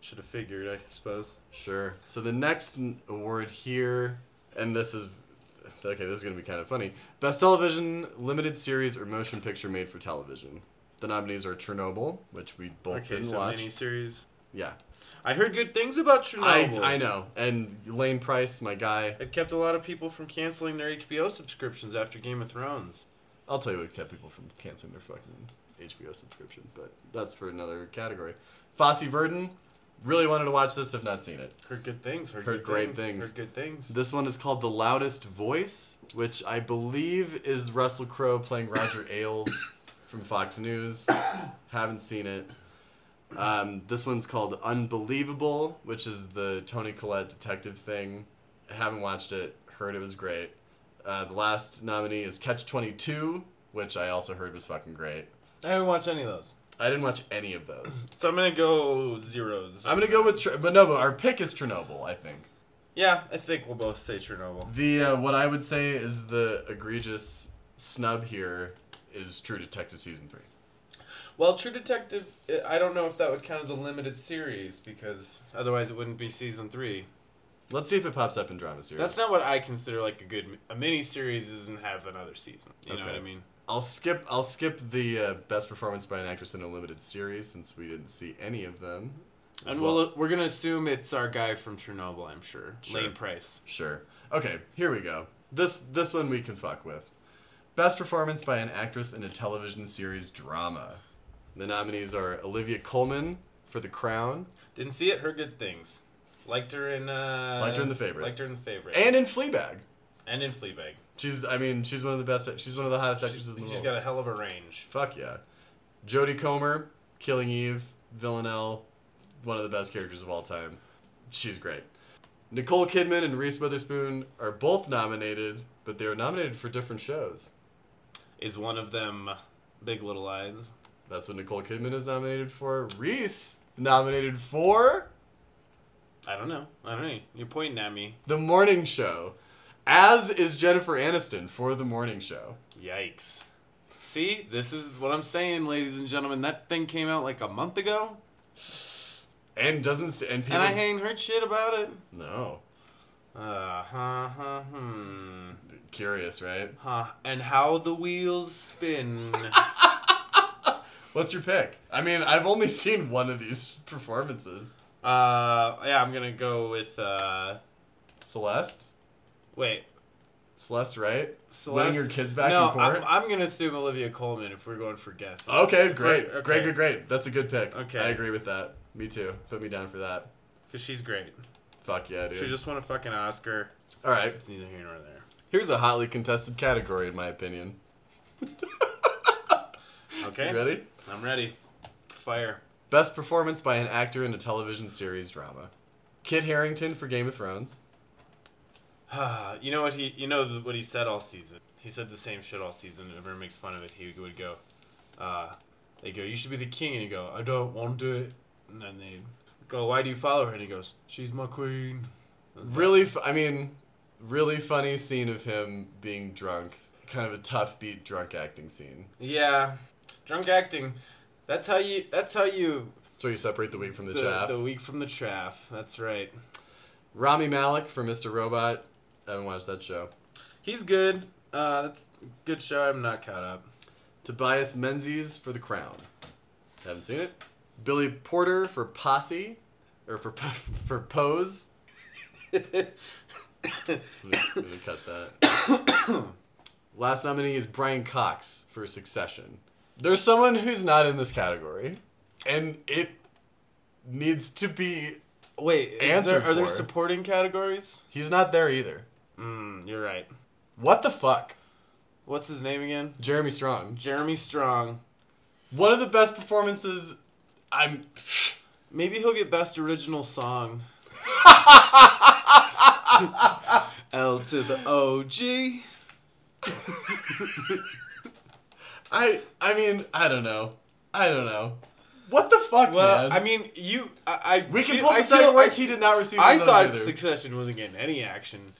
should have figured, I suppose. Sure. So the next n- award here, and this is okay. This is gonna be kind of funny. Best television limited series or motion picture made for television. The nominees are Chernobyl, which we both Okay, didn't so watch. miniseries. Yeah, I heard good things about I, Chernobyl. I know. And Lane Price, my guy. It kept a lot of people from canceling their HBO subscriptions after Game of Thrones. I'll tell you what kept people from canceling their fucking HBO subscription, but that's for another category. Fossey Verdon, really wanted to watch this, have not seen it. Heard good things. Heard, Heard good great things. things. Heard good things. This one is called The Loudest Voice, which I believe is Russell Crowe playing Roger Ailes from Fox News. Haven't seen it. Um, this one's called Unbelievable, which is the Tony Collette detective thing. Haven't watched it. Heard it was great. Uh, the last nominee is Catch 22, which I also heard was fucking great. I haven't watched any of those. I didn't watch any of those. So I'm gonna go zeros. I'm gonna go with, Cher- but no, but our pick is Chernobyl, I think. yeah, I think we'll both say Chernobyl. The uh, what I would say is the egregious snub here is True Detective season three. Well, True Detective, I- I don't know if that would count as a limited series because otherwise it wouldn't be season three. Let's see if it pops up in drama series. That's not what I consider like a good a mini series. Doesn't have another season. You know Okay. what I mean? I'll skip. I'll skip the uh, best performance by an actress in a limited series since we didn't see any of them. as And we'll, we're gonna assume it's our guy from Chernobyl. I'm sure. Sure. Lane Price. Sure. Okay, here we go. This this one we can fuck with. Best performance by an actress in a television series drama. The nominees are Olivia Colman for The Crown Didn't see it. Heard good things. Liked her in. Uh, Liked her in The Favourite. Liked her in the favorite. and in Fleabag. and in Fleabag. She's I mean she's one of the best. She's one of the hottest She's actresses in the she's world. got a hell of a range. Fuck yeah. Jodie Comer, Killing Eve, Villanelle, one of the best characters of all time. She's great. Nicole Kidman and Reese Witherspoon are both nominated, but they were nominated for different shows. Is one of them Big Little Lies? That's what Nicole Kidman is nominated for. Reese nominated for I don't know. I don't know. You're pointing at me. The Morning Show, as is Jennifer Aniston for The Morning Show. Yikes. See, this is what I'm saying, ladies and gentlemen. That thing came out like a month ago, And doesn't s- and people and I ain't heard shit about it. no Uh huh, huh, hmm. curious right? Huh. And how the *laughs* wheels spin. What's your pick? I mean, I've only *laughs* seen one of these performances. uh, yeah, I'm gonna go with, uh, Celeste. wait. Celeste, right? Celeste? Winning your kids back no, in court. I'm, I'm gonna assume Olivia Coleman if we're going for guesses. okay, If great, we're- great, okay. great, great. That's a good pick. Okay. I agree with that. Me too. Put me down for that. Cause she's great. Fuck yeah, dude. She just won a fucking Oscar. All right. It's neither here nor there. Here's a hotly contested category, in my opinion. Okay. You ready? I'm ready. Fire. Best performance by an actor in a television series drama. Kit Harrington for Game of Thrones. *sighs* you know what he? You know th- what he said all season. He said the same shit all season. and Everyone makes fun of it. He would go, uh, they go, "You should be the king," and he go, "I don't want to do it." And then they go, "Why do you follow her?" And he goes, "She's my queen." That's about- Really, f- I mean, really funny scene of him being drunk. Kind of a tough beat drunk acting scene. Yeah, drunk acting. That's how you. That's how you. That's where you separate the wheat from the, The, chaff. the weak from the chaff. That's right. Rami Malik for Mr. Robot. I haven't watched that show. He's good. Uh, that's a good show. I'm not caught up. *laughs* Tobias Menzies for The Crown. Haven't seen it. Billy Porter for Posse, or for *laughs* P- for Pose. I'm gonna, I'm gonna cut that. Last nominee is Brian Cox for Succession. There's someone who's not in this category, and it needs to be. Wait, is Answered there, are there for. supporting categories? He's not there either. Mm, you're right. What the fuck, What's his name again? Jeremy Strong? Jeremy Strong. One of the best performances. I'm. Maybe he'll get best original song. L to the OG. *laughs* I I mean I don't know. I don't know. What the fuck, Well, man? I mean, you. I, I we can feel- pull I the second feel- rights. He did not receive. I those thought either. Succession wasn't getting any action,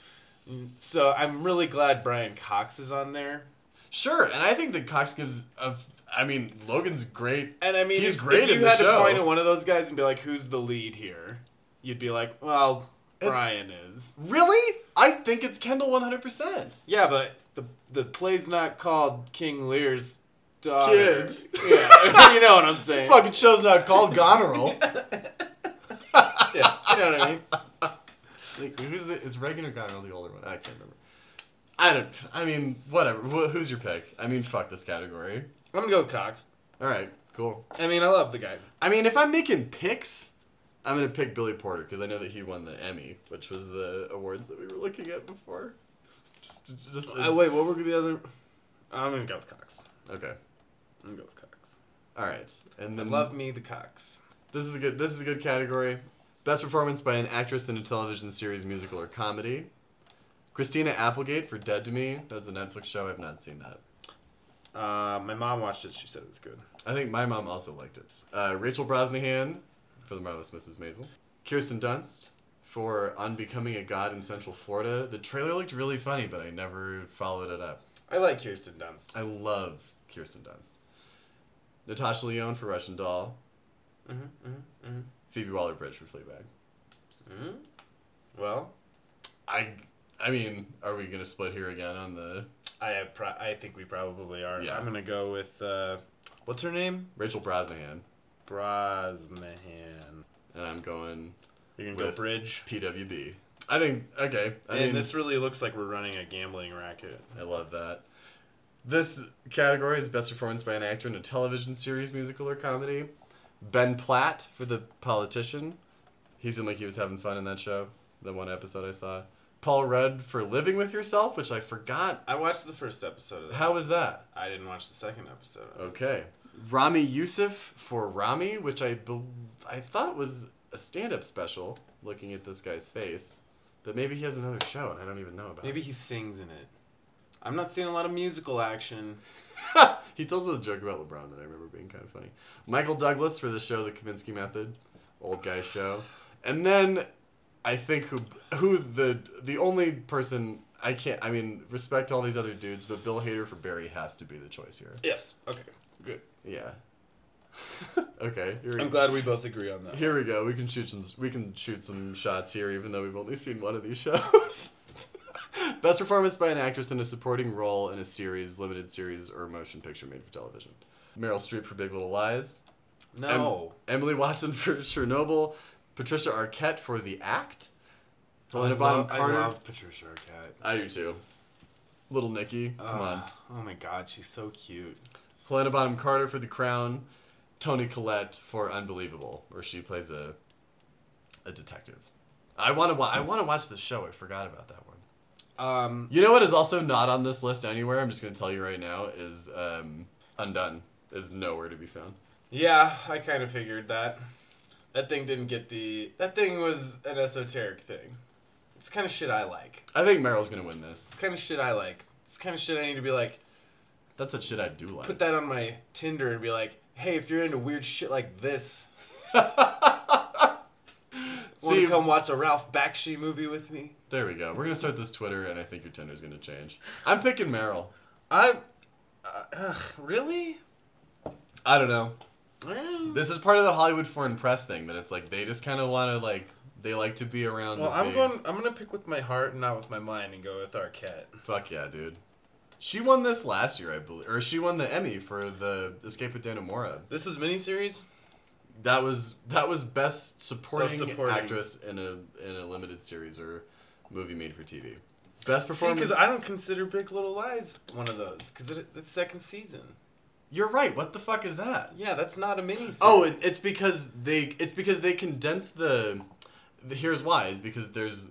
so I'm really glad Brian Cox is on there. sure, and I think that Cox gives a. I mean, Logan's great. And I mean, He's if, great if you in the had show. to point at one of those guys and be like, "Who's the lead here?" You'd be like, "Well, It's- Brian is." Really, I think it's Kendall one hundred percent. Yeah, but the the play's not called King Lear's daughter. Kids. *laughs* Yeah, you know what I'm saying. Fucking show's not called *laughs* Goneril. Yeah, you know what I mean. like, who's the? Is Reagan or Goneril the older one? I can't remember. I don't. I mean, whatever. Wh- Who's your pick? I mean, fuck this category. I'm gonna go with Cox. All right, Cool. I mean, I love the guy. I mean, if I'm making picks, I'm gonna pick Billy Porter because I know that he won the Emmy, which was the awards that we were looking at before. Just, just Uh, wait, what were the other? I'm gonna go with Cox. okay. I'm gonna go with Cox. All right, and then Love me the Cox. This is a good. This is a good category. Best performance by an actress in a television series, musical, or comedy. Christina Applegate for Dead to Me. That's a Netflix show. I've not seen that. Uh, my mom watched it. She said it was good. I think my mom also liked it. Uh, Rachel Brosnahan for The Marvelous Mrs. Maisel. Kirsten Dunst for On Becoming a God in Central Florida. The trailer looked really funny, but I never followed it up. I like Kirsten Dunst. I love Kirsten Dunst. Natasha Leone for Russian Doll. Mm-hmm, mm-hmm, Phoebe Waller-Bridge for Fleabag. mm-hmm. Well, I, I mean, are we gonna split here again on the I have pro- I think we probably are. Yeah. I'm gonna go with uh, what's her name? Rachel Brosnahan? Brosnahan. And I'm going You're gonna go With- Bridge. PWB. I think okay. I and mean, this really looks like we're running a gambling racket. I love that. This category is best performance by an actor in a television series, musical, or comedy. Ben Platt for The Politician. He seemed like he was having fun in that show, the one episode I saw. Paul Rudd for Living with Yourself, which I forgot. I watched the first episode of that. How was that? I didn't watch the second episode. Of it. Okay. Rami Youssef for Rami, which I bel I thought was a stand-up special. Looking at this guy's face, but maybe he has another show and I don't even know about. Maybe he sings in it. I'm not seeing a lot of musical action. *laughs* he tells a joke about LeBron that I remember being kind of funny. Michael Douglas for the show The Kaminsky Method, old guy show, and then I think who who the the only person I can't I mean respect all these other dudes, but Bill Hader for Barry has to be the choice here. Yes. Okay. Good. Yeah. *laughs* okay. Here I'm we, glad we both agree on that. here we go. We can shoot some we can shoot some shots here, even though we've only seen one of these *laughs* shows. Best performance by an actress in a supporting role in a series, limited series, or motion picture made for television. Meryl Streep for Big Little Lies. Em- No. Emily Watson *laughs* for Chernobyl. Patricia Arquette for The Act. Helena I Bonham love- Carter. I I, love Patricia Arquette. do too. Little Nicky. Come on. Ah, Oh my God, she's so cute. Helena Bonham Carter for The Crown. Tony Collette for Unbelievable, where she plays a a detective. I want to wa- I want to watch the show. I forgot about that one. Um, You know what is also not on this list anywhere? I'm just gonna tell you right now is um, Undone is nowhere to be found. Yeah, I kind of figured that. That thing didn't get the. That thing was an esoteric thing. It's kind of shit I like. I think Meryl's gonna win this. It's kind of shit I like. It's kind of shit I need to be like. That's the shit I do like. *laughs* Put that on my Tinder and be like, hey, if you're into weird shit like this, want See, to come watch a Ralph Bakshi movie with me? there we go. We're gonna start this Twitter, and I think your Tinder's gonna change. I'm picking Meryl. I. Uh, ugh, really? I don't know. Mm. This is part of the Hollywood Foreign Press thing that it's like they just kind of want to like they like to be around. Well, the I'm big- going. I'm gonna pick with my heart and not with my mind and go with Arquette. Fuck yeah, dude. She won this last year, I believe, or she won the Emmy for the Escape of Danamora. This was miniseries. That was that was best supporting, supporting. actress in a in a limited series or movie made for TV. Best See, performance. because I don't consider Big Little Lies one of those because it, it's second season. You're right. What the fuck is that? Yeah, that's not a mini. Oh, it, it's because they it's because they condense the, the here's why is because there's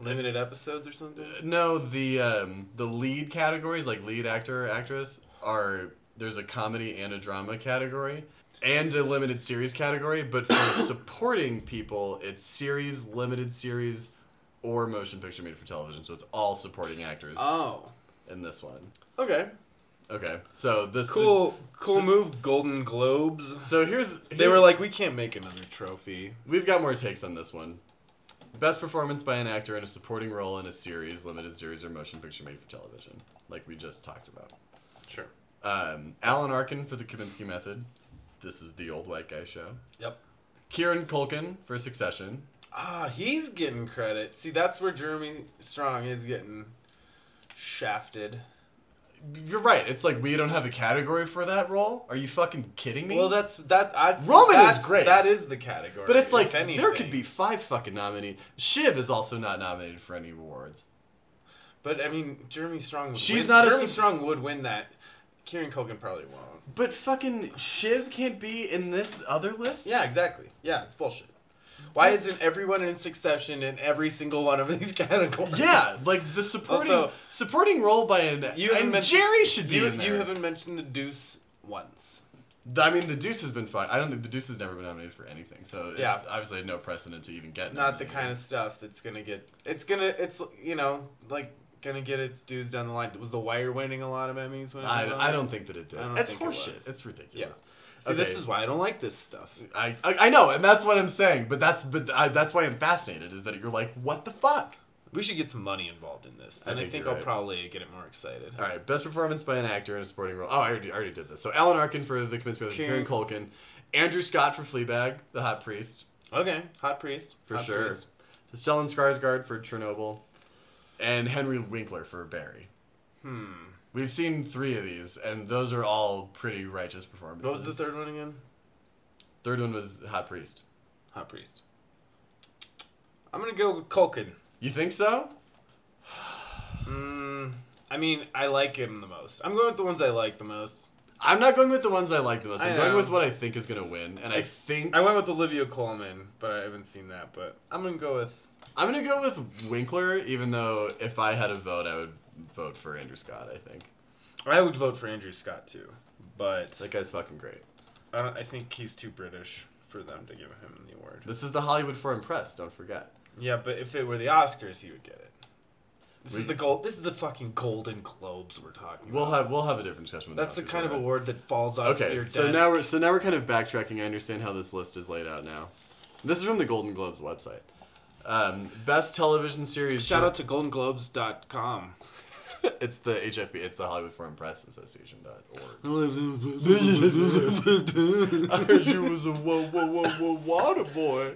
limited episodes or something. no the um, the lead categories like lead actor or actress are there's a comedy and a drama category and a limited series category but for *coughs* supporting people it's series limited series or motion picture made for television so it's all supporting actors Oh, in this one okay, okay so this cool, cool so- move. Golden Globes. so here's, They here's- were like, we can't make another trophy. We've got more takes on this one. Best performance by an actor in a supporting role in a series, limited series, or motion picture made for television, like we just talked about. Sure. Um, Alan Arkin for The Kaminsky Method. This is the old white guy show. Yep. Kieran Culkin for Succession. Ah, he's getting credit. See, that's where Jeremy Strong is getting shafted. You're right. It's like we don't have a category for that role. Are you fucking kidding me? Well, that's that. I, Roman is that's- great. That is the category. but it's like if there could anything. be five fucking nominees. Shiv is also not nominated for any awards. But I mean, Jeremy Strong. Would She's win. not a Jeremy sup- Strong would win that. Kieran Culkin probably won't. But fucking Shiv can't be in this other list? Yeah, exactly. Yeah, it's bullshit. Why isn't everyone in succession in every single one of these *laughs* categories? Yeah, like the supporting Also- supporting role by an You haven't and mentioned- Jerry should be You, in there. you haven't mentioned the Deuce once. I mean, the Deuce has been fine. I don't think the Deuce has never been nominated for anything, so it's Yeah. obviously no precedent to even get. Not the nominated. kind of stuff that's gonna get. It's gonna. It's you know like gonna get its dues down the line. Was The Wire winning a lot of Emmys when it was on? I, I don't think that it did. I don't It's think it horseshit. was. it's ridiculous. See, this Okay. is why I don't like this stuff. I, I I know, and that's what I'm saying. But that's but I, that's why I'm fascinated. Is that you're like, what the fuck? We should get some money involved in this, I and I think think, you're I'll right. probably get it more excited. All right, best performance by an actor in a supporting role. Oh, I already, I already did this. So Alan Arkin for The Conspiracy, Kieran Kieran- Culkin, Andrew Scott for Fleabag, The Hot Priest Okay, Hot Priest for Hot sure, Priest. Stellan Skarsgård for Chernobyl, and Henry Winkler for Barry. Hmm. We've seen three of these, and those are all pretty righteous performances. What was the third one again? Third one was Hot Priest. Hot Priest. I'm gonna go with Culkin. You think so? Mm, I mean, I like him the most. I'm going with the ones I like the most. I'm not going with the ones I like the most. I'm I going know. with what I think is going to win, and I It's- think I went with Olivia Colman, but I haven't seen that. But I'm gonna go with. I'm gonna go with Winkler, even though if I had a vote, I would vote for Andrew Scott. I think I would vote for Andrew Scott too, but that guy's fucking great. I, don't, I think he's too British for them to give him the award. This is the Hollywood Foreign Press. Don't forget. Yeah, but if it were the Oscars, he would get it. This We- is the gold. This is the fucking Golden Globes we're talking We'll about. have we'll have a different discussion. With That's the Oscars, kind of alright. award that falls off Okay, your desk. so now we're so now we're kind of backtracking. I understand how this list is laid out now. This is from the Golden Globes website. Um, best television series. shout out to GoldenGlobes.com. it's the HFB. It's the Hollywood Foreign Press Association dot *laughs* org. I heard you was a whoa whoa whoa whoa water boy.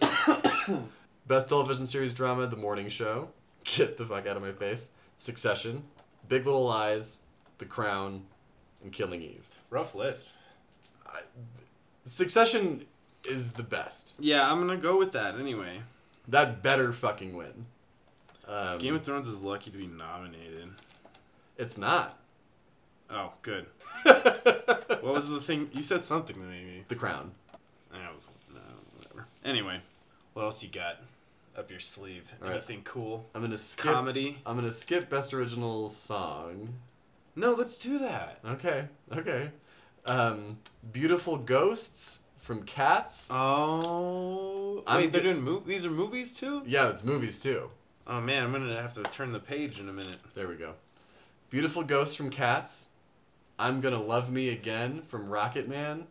*coughs* Best television series drama: The Morning Show. Get the fuck out of my face. Succession, Big Little Lies, The Crown, and Killing Eve. Rough list. I, Succession is the best. Yeah, I'm gonna go with that anyway. That better fucking win. Um, Game of Thrones is lucky to be nominated. it's *laughs* not. Oh, good. the What was the thing? You said something to me. Crown. I was no, whatever. Anyway, what else you got up your sleeve? Alright. Anything cool? I'm gonna skip. Comedy? I'm gonna skip best original song. No, let's do that. Okay, okay. Um, Beautiful Ghosts from Cats. Oh, I'm wait, they're go- doing mov- These are movies too. Yeah, it's movies too. Oh man, I'm gonna have to turn the page in a minute. There we go. Beautiful Ghosts from Cats. I'm Gonna Love Me Again from Rocket Man.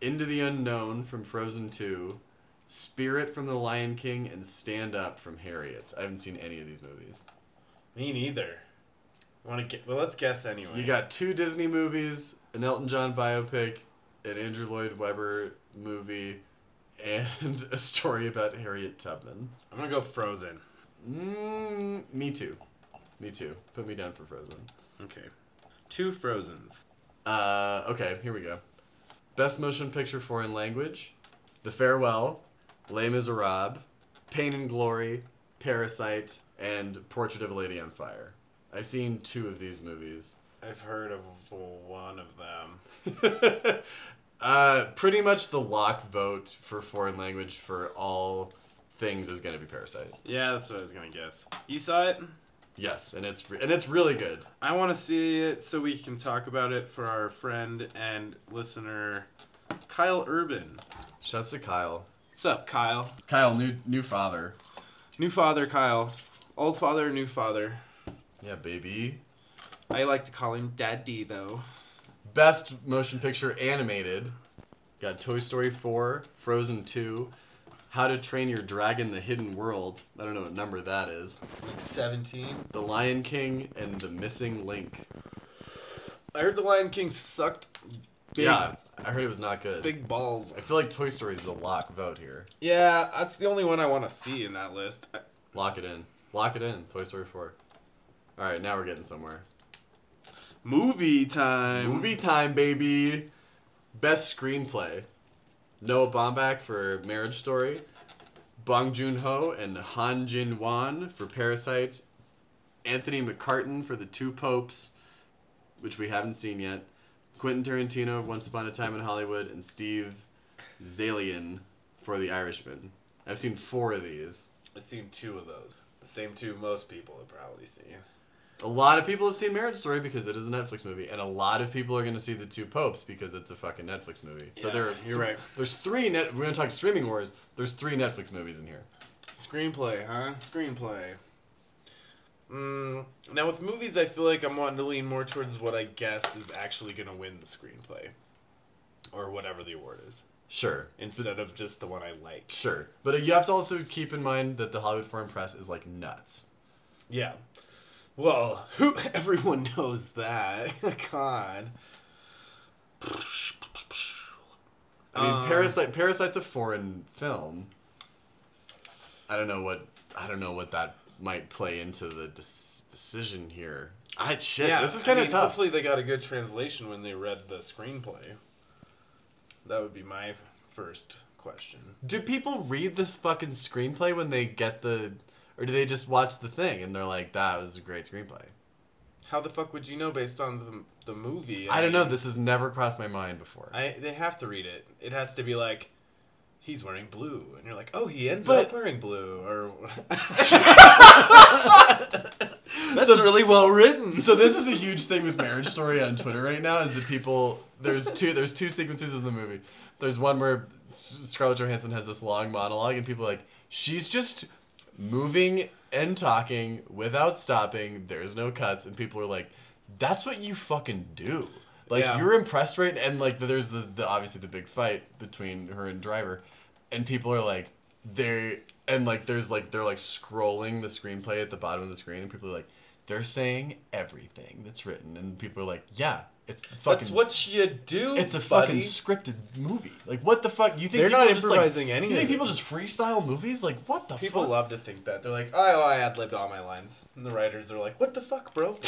Into the Unknown from Frozen 2. Spirit from The Lion King and Stand Up from Harriet. I haven't seen any of these movies. Me neither. Want to get? Well, let's guess anyway. You got two Disney movies, an Elton John biopic, an Andrew Lloyd Webber movie, and *laughs* a story about Harriet Tubman. I'm gonna go Frozen. Mm, me too. Me too. Put me down for Frozen. Okay, two Frozens. Uh, okay, here we go. Best motion picture foreign language, The Farewell, Les Miserables, Pain and Glory, Parasite, and Portrait of a Lady on Fire. I've seen two of these movies. I've heard of one of them. *laughs* uh, pretty much the lock vote for foreign language for all things is going to be Parasite. Yeah, that's what I was gonna guess. You saw it. Yes, and it's re- and it's really good. I want to see it so we can talk about it for our friend and listener, Kyle Urban. Shouts to Kyle. What's up, Kyle? Kyle, new new father. New father, Kyle. Old father, new father. Yeah, baby. I like to call him Daddy though. Best motion picture animated. Got Toy Story 4, Frozen 2, How to Train Your Dragon: The Hidden World. I don't know what number that is. Like 17. The Lion King and The Missing Link. I heard The Lion King sucked big, Yeah, I heard it was not good. big balls. I feel like Toy Story is the lock vote here. Yeah, that's the only one I want to see in that list. I- Lock it in. Lock it in. Toy Story 4. All right, now we're getting somewhere. Movie time. Movie time, baby. Best screenplay. Noah Baumbach for Marriage Story, Bong Joon Ho and Han Jin Won for Parasite, Anthony McCartan for The Two Popes, which we haven't seen yet, Quentin Tarantino, Once Upon a Time in Hollywood, and Steve Zalian for The Irishman. I've seen four of these. I've seen two of those. The same two most people have probably seen. A lot of people have seen Marriage Story because it is a Netflix movie, and a lot of people are going to see The Two Popes because it's a fucking Netflix movie. So Yeah, there, are you're right. There's three net. We're going to talk streaming wars. There's three Netflix movies in here. Screenplay, huh? Screenplay. Mm, now with movies, I feel like I'm wanting to lean more towards what I guess is actually going to win the screenplay, or whatever the award is, Sure, instead of just the one I like. sure, but you have to also keep in mind that the Hollywood Foreign Press is like nuts. Yeah. Well, *laughs* who everyone knows that. *laughs* God. I mean, Um, Parasite. Parasite's a foreign film. I don't know what I don't know what that might play into the dec- decision here. I shit. this is I kind of mean, tough. Hopefully, they got a good translation when they read the screenplay. That would be my f- first question. Do people read this fucking screenplay when they get the, or do they just watch the thing and they're like, "That was a great screenplay"? How the fuck would you know based on the, the movie? I don't know. mean, This has never crossed my mind before. *laughs* I they have to read it. It has to be like, he's wearing blue, and you're like, oh, he ends But- up wearing blue, or *laughs* That's really well written. *laughs* so this is a huge thing with marriage story on twitter right now is that people there's two there's two sequences in the movie there's one where S- scarlett johansson has this long monologue and people are like she's just moving and talking without stopping there's no cuts and people are like that's what you fucking do like Yeah. you're impressed right and like there's the, the obviously the big fight between her and driver and people are like they're and like there's like they're like scrolling the screenplay at the bottom of the screen and people are like they're saying everything that's written and people are like yeah it's the fucking That's what you do. it's a fucking buddy. scripted movie like what the fuck you think They're people not just, like- improvising you anything. think people just freestyle movies like what the People fuck? love to think that. They're like, oh, I ad libbed all my lines. And the writers are like, what the fuck, *laughs* bro?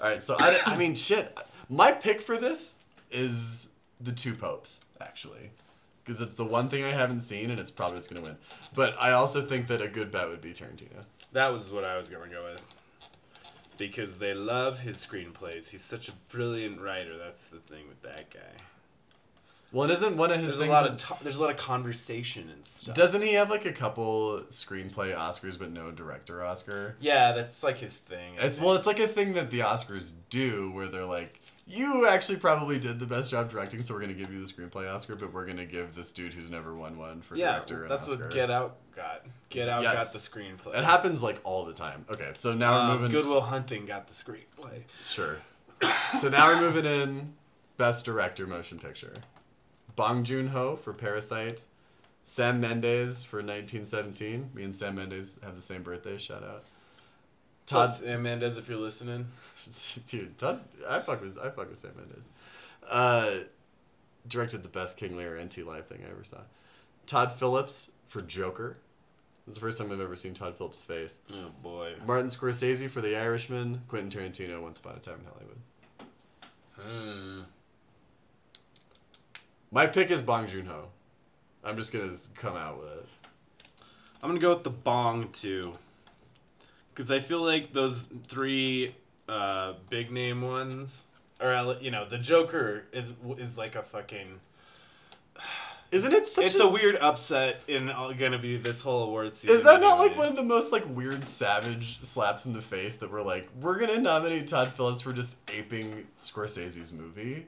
all right so I, I mean shit my pick for this is the two popes actually because it's the one thing i haven't seen and it's probably what's gonna win but i also think that a good bet would be tarantino that was what I was going to go with. Because they love his screenplays. He's such a brilliant writer. That's the thing with that guy. well it isn't one of his There's a things lot is- of to- there's a lot of conversation and stuff. Doesn't he have like a couple screenplay Oscars but no director Oscar? yeah, that's like his thing. I It's think. well, it's like a thing that the Oscars do where they're like, you actually probably did the best job directing, so we're gonna give you the screenplay Oscar, but we're gonna give this dude who's never won one for yeah, director an that's Oscar. what Get Out got. Get Out Yes. got the screenplay. It happens like all the time. Okay, so now Um, we're moving. Goodwill Hunting got the screenplay. Sure. so now we're moving in best director motion picture. Bong Joon Ho for Parasite. Sam Mendes for 1917. Me and Sam Mendes have the same birthday. Shout out. *laughs* Todd, Todd Mendez, if you're listening. dude, Todd, I fuck with I fuck with Sam Mendes. Uh, directed the best King Lear NT Live thing I ever saw. Todd Phillips for Joker. It's the first time I've ever seen Todd Phillips' face. Oh boy. Martin Scorsese for The Irishman. Quentin Tarantino, Once Upon a Time in Hollywood. Hmm. My pick is Bong Joon Ho. I'm just gonna s- come out with it. I'm gonna go with the bong too, because I feel like those three uh, big name ones, or uh, you know, the Joker is is like a fucking. Isn't it such It's a weird upset in all, gonna be this whole award season. Is that not anyway. like one of the most like weird savage slaps in the face that we're like, we're gonna nominate Todd Phillips for just aping Scorsese's movie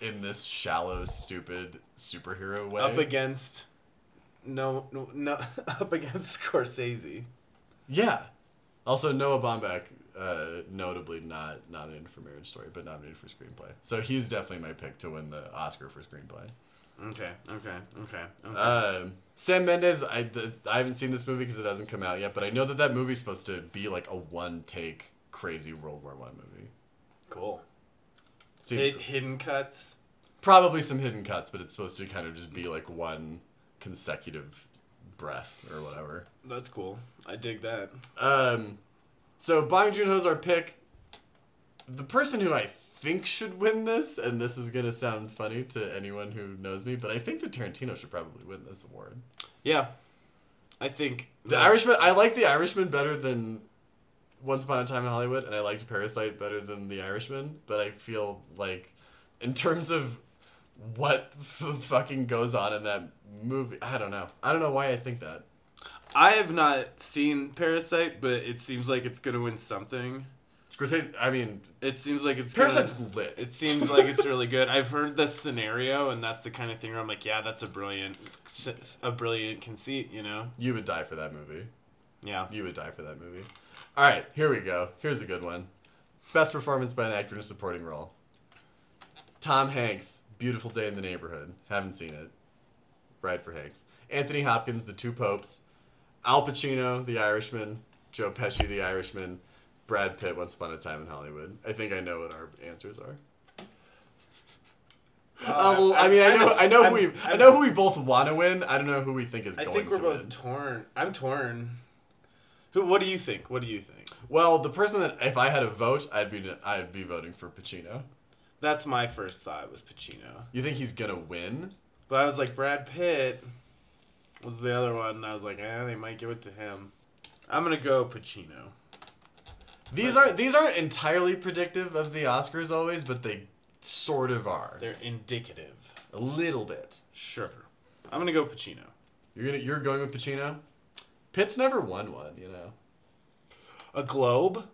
in this shallow, stupid superhero way? up against? No, no, no *laughs* up against *laughs* Scorsese. yeah. Also, Noah Baumbach, uh, notably not nominated for Marriage Story, but nominated for screenplay. So he's definitely my pick to win the Oscar for screenplay. Okay, okay, okay. okay. Um, Sam Mendes, I the, I haven't seen this movie because it hasn't come out yet, but I know that that movie's supposed to be like a one take crazy World War One movie. cool. Seems- Hid- hidden cuts. probably some hidden cuts, but it's supposed to kind of just be like one consecutive breath or whatever. That's cool. I dig that. Um, so Bong Joon Ho's our pick. The person who I think should win this, and this is gonna sound funny to anyone who knows me, but I think that Tarantino should probably win this award. Yeah, I think The Irishman. I like the Irishman better than Once Upon a Time in Hollywood, and I liked Parasite better than The Irishman, but I feel like, in terms of what f- fucking goes on in that movie, I don't know. I don't know why I think that. I have not seen Parasite, but it seems like it's gonna win something. Scorsese, I mean, It seems like it's Parasite's gonna, lit. It seems like it's really good. I've heard the scenario, and that's the kind of thing where I'm like, yeah, that's a brilliant, a brilliant conceit, you know? you would die for that movie. Yeah. You would die for that movie. All right, here we go. Here's a good one. Best performance by an actor in a supporting role. Tom Hanks, Beautiful Day in the Neighborhood. Haven't seen it. Ride for Hanks. Anthony Hopkins, The Two Popes. Al Pacino, The Irishman. Joe Pesci, The Irishman. Brad Pitt, Once Upon a Time in Hollywood. I think I know what our answers are. Uh, well, I, mean, I know, I know who we, I know who we both want to win. I don't know who we think is I going think we're to both win. torn. I'm torn. Who? What do you think? What do you think? Well, the person that if I had a vote, I'd be I'd be voting for Pacino. That's my first thought was Pacino, You think he's gonna win? but I was like Brad Pitt was the other one, and I was like, eh, they might give it to him. I'm gonna go Pacino. These aren't these aren't entirely predictive of the Oscars always, but they sort of are They're indicative. a little bit. Sure. I'm gonna go Pacino. You're gonna you're going with Pacino. Pitt's never won one, you know, A Globe.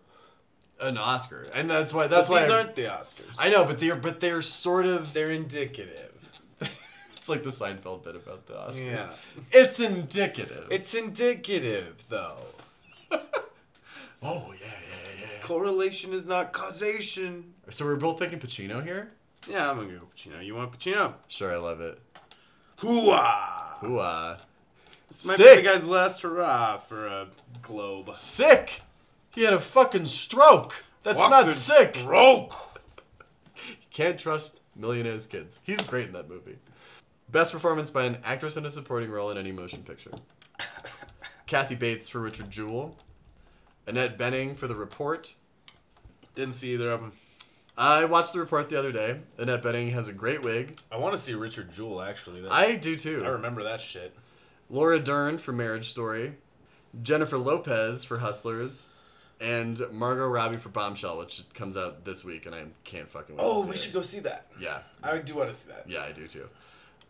an Oscar, and that's why that's But why these I- aren't the Oscars. I know, but they're but they're sort of They're indicative. it's like the Seinfeld bit about the Oscars. Yeah. It's indicative. It's indicative, though. oh yeah yeah yeah. Correlation is not causation. So we're both thinking Pacino here. Yeah, I'm gonna go Pacino. You want Pacino? Sure, I love it. Hooah! Ooh ah. This might Sick. be the guy's last hurrah for a globe. sick. He had a fucking stroke. That's not Fucking sick. Broke. Can't trust millionaires' kids. He's great in that movie. Best performance by an actress in a supporting role in any motion *laughs* picture. Kathy Bates for Richard Jewell. Annette Benning for The Report. Didn't see either of them. I watched The Report the other day. Annette Benning has a great wig. I want to see Richard Jewell actually. That, I, I do too. remember that shit. Laura Dern for Marriage Story, Jennifer Lopez for Hustlers, and Margot Robbie for Bombshell, which comes out this week, and I can't fucking wait. to see it. Oh, go see that. Yeah, I do want to see that. yeah, I do too.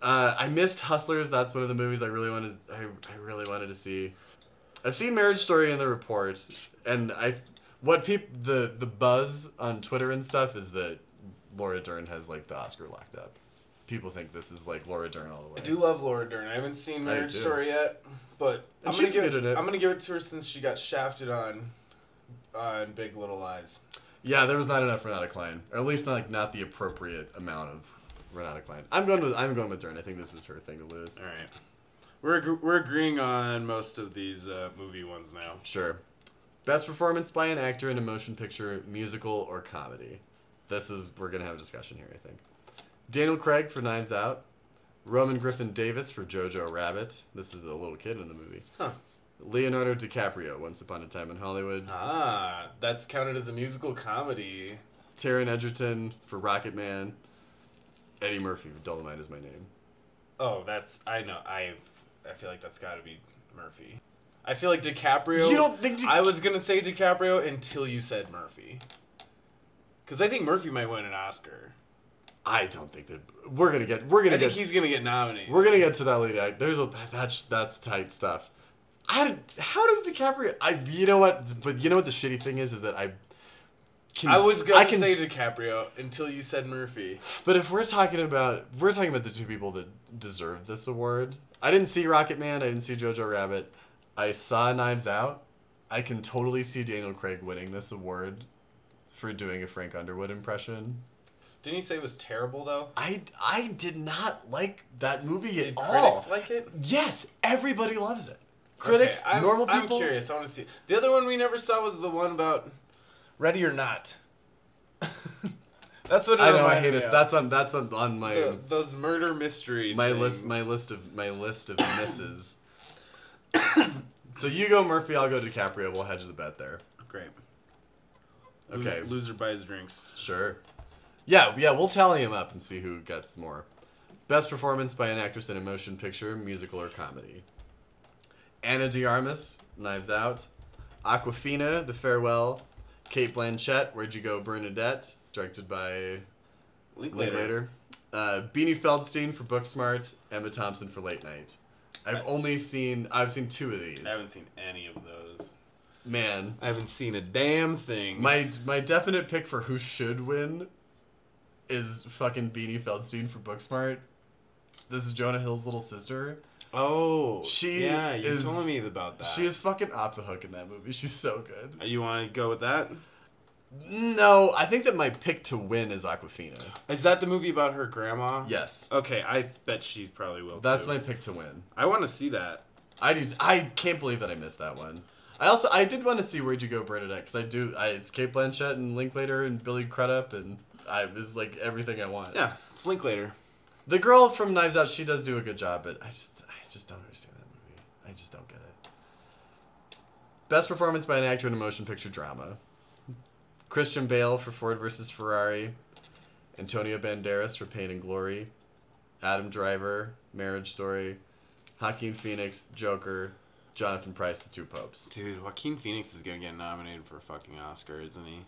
Uh, I missed Hustlers. That's one of the movies I really wanted. I, I really wanted to see. I've seen Marriage Story and The Report, and I what peop the the buzz on Twitter and stuff is that Laura Dern has like the Oscar locked up. People think this is like Laura Dern all the way. I do love Laura Dern. I haven't seen I do Marriage too. Story yet, but I'm And gonna, she's give, good at it. I'm gonna give it to her since she got shafted on on Big Little Lies. Yeah, there was not enough Renata Klein, or at least not, like not the appropriate amount of Renata Klein. I'm going with I'm going with Dern. I think this is her thing to lose. All right, we're ag- we're agreeing on most of these uh, movie ones now. Sure. Best performance by an actor in a motion picture, musical, or comedy. This is we're gonna have a discussion here. I think. Daniel Craig for Knives Out. Roman Griffin Davis for Jojo Rabbit. This is the little kid in the movie. Huh. Leonardo DiCaprio, Once Upon a Time in Hollywood. Ah, that's counted as a musical comedy. Taron Egerton for Rocket Man. Eddie Murphy for Dolomite is my name. Oh, that's I know. I I feel like that's got to be Murphy. I feel like DiCaprio. You don't think Di- I was gonna say DiCaprio until you said Murphy. Because I think Murphy might win an Oscar. I don't think that we're gonna get we're gonna I think get he's gonna get nominated. we're gonna get to that lead act. There's a that's that's tight stuff. I how does DiCaprio? I you know what? But you know what the shitty thing is is that I. Can, I was gonna can say s- DiCaprio until you said Murphy. but if we're talking about we're talking about the two people that deserve this award. I didn't see Rocket Man. I didn't see Jojo Rabbit. I saw Knives Out. I can totally see Daniel Craig winning this award for doing a Frank Underwood impression. Didn't he say it was terrible though? I I did not like that movie at Did all. critics like it? Yes, everybody loves it. Critics, Okay, I'm, normal I'm people. curious. I want to see. The other one we never saw was the one about Ready or Not. *laughs* That's what it I know I reminded hate me us. of. That's on that's on, on my Th- those murder mystery. my things. list my list of my list of misses. *coughs* so you go Murphy, I'll go DiCaprio. We'll hedge the bet there. Great. Lo- Okay, Loser buys drinks. sure. Yeah, yeah, we'll tally him up and see who gets more. Best performance by an actress in a motion picture, musical, or comedy. Anna de Armas, Knives Out. Aquafina, The Farewell, Kate Blanchett, Where'd You Go, Bernadette, directed by Linklater. Linklater, uh, Beanie Feldstein for Booksmart, Emma Thompson for Late Night. I've I- only seen I've seen two of these. I haven't seen any of those. Man, I haven't seen a damn thing. my my definite pick for who should win is fucking Beanie Feldstein for Booksmart. This is Jonah Hill's little sister. oh, She yeah, you is- told me about that. Uh, She is fucking off the hook in that movie. She's so good. You want to go with that? No, I think that my pick to win is Aquafina. Is that the movie about her grandma? Yes. Okay, I bet she probably will. That's too. my pick to win. I want to see that. I do. I can't believe that I missed that one. I also I did want to see Where'd You Go, Bernadette, because I do. I, it's Kate Blanchett and Linklater and Billy Crudup, and I this is like everything I want. Yeah, it's Linklater. The girl from Knives Out, she does do a good job, but I just I just don't understand that movie. I just don't get it. Best performance by an actor in a motion picture drama. Christian Bale for Ford versus Ferrari, Antonio Banderas for Pain and Glory, Adam Driver, Marriage Story, Joaquin Phoenix, Joker, Jonathan Price, The Two Popes. Dude, Joaquin Phoenix is gonna get nominated for a fucking Oscar, isn't he?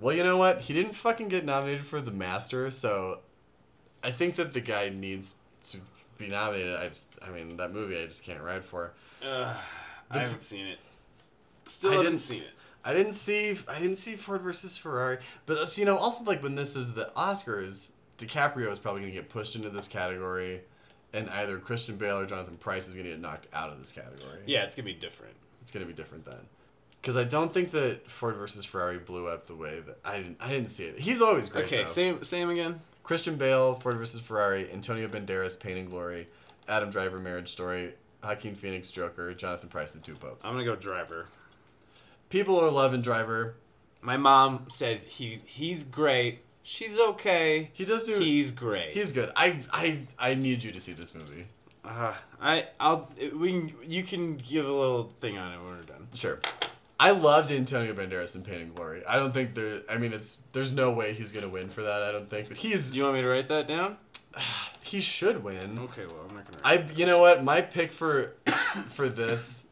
Well, you know what? He didn't fucking get nominated for The Master, so I think that the guy needs to be nominated. I just, I mean, that movie I just can't ride for. Ugh, I The- haven't seen it. Still I haven't didn't- seen it. I didn't see, I didn't see Ford versus Ferrari, but uh, so, you know, also like when this is the Oscars, DiCaprio is probably gonna get pushed into this category, and either Christian Bale or Jonathan Price is gonna get knocked out of this category. Yeah, it's gonna be different. it's gonna be different then. Because I don't think that Ford versus Ferrari blew up the way that I didn't. I didn't see it. He's always great. Okay, though. same same again. Christian Bale, Ford vs. Ferrari, Antonio Banderas, Pain and Glory, Adam Driver, Marriage Story, Joaquin Phoenix, Joker, Jonathan Price, The Two Popes. I'm gonna go Driver. People are loving Driver. My mom said he he's great. She's okay. He does do. He's great. he's good. I I I need you to see this movie. Uh, I I'll we can, you can give a little thing on it when we're done. Sure. I loved Antonio Banderas in Pain and Glory. I don't think there. I mean, it's there's no way he's gonna win for that. I don't think, but he is. Do you want me to write that down? He should win. Okay, well I'm not gonna. I. You know what? My pick for *coughs* for this,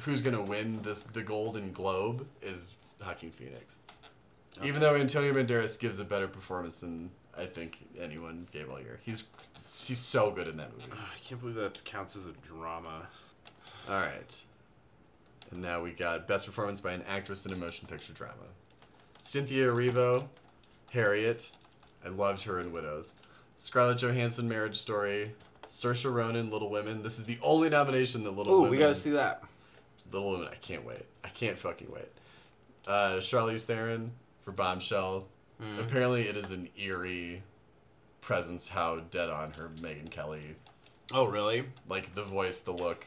who's gonna win this the Golden Globe is Joaquin Phoenix. Even though Antonio Banderas gives a better performance than I think anyone gave all year. He's he's so good in that movie. *sighs* I can't believe that counts as a drama. All right. And now we got best performance by an actress in a motion picture drama. Cynthia Erivo, Harriet. I loved her in Widows. Scarlett Johansson, Marriage Story. Saoirse Ronan, Little Women. This is the only nomination that Little Oh, Women. we gotta see that. Little Women. I can't wait. I can't fucking wait. Uh, Charlize Theron for Bombshell. Mm-hmm. Mm. Apparently, it is an eerie presence how dead on her Megan Kelly. Oh, really? Like the voice, the look,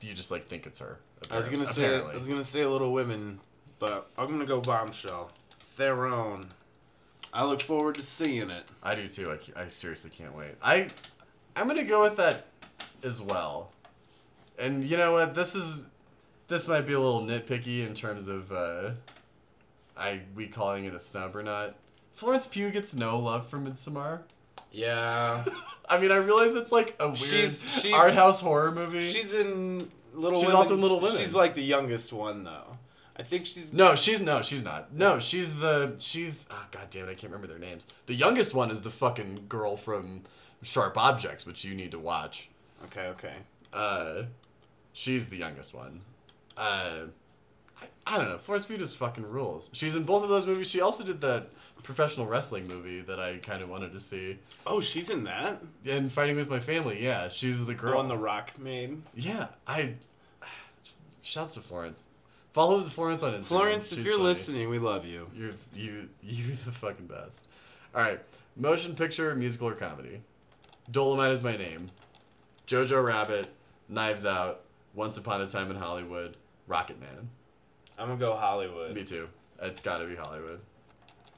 you just like think it's her. I was gonna say apparently. I was gonna say Little Women, but I'm gonna go Bombshell. Theron. I look forward to seeing it. I do too. I, c- I seriously can't wait. I I'm gonna go with that as well. And you know what? This is this might be a little nitpicky in terms of uh, I we calling it a snub or not. Florence Pugh gets no love from Midsommar. Yeah. I mean, I realize it's like a weird She's- she's- art house horror movie. she's in Little She's Women. also in Little Women. She's like the youngest one though. I think she's no, she's no, she's not. No, she's the she's. Oh, God damn it! I can't remember their names. The youngest one is the fucking girl from Sharp Objects, which you need to watch. Okay, okay. uh, she's the youngest one. Uh, I, I don't know. Florence Pugh just fucking rules. She's in both of those movies. She also did that professional wrestling movie that I kind of wanted to see. Oh, she's in that. And Fighting with My Family, yeah, she's the The girl. one The Rock made. yeah, I. *sighs* Shouts to Florence. Follow Florence on Instagram. Florence, if She's you're funny. listening, we love you. you're you you the fucking best. All right, motion picture, musical, or comedy. Dolomite is my name. Jojo Rabbit, Knives Out, Once Upon a Time in Hollywood, Rocket Man. I'm gonna go Hollywood. Me too. It's got to be Hollywood.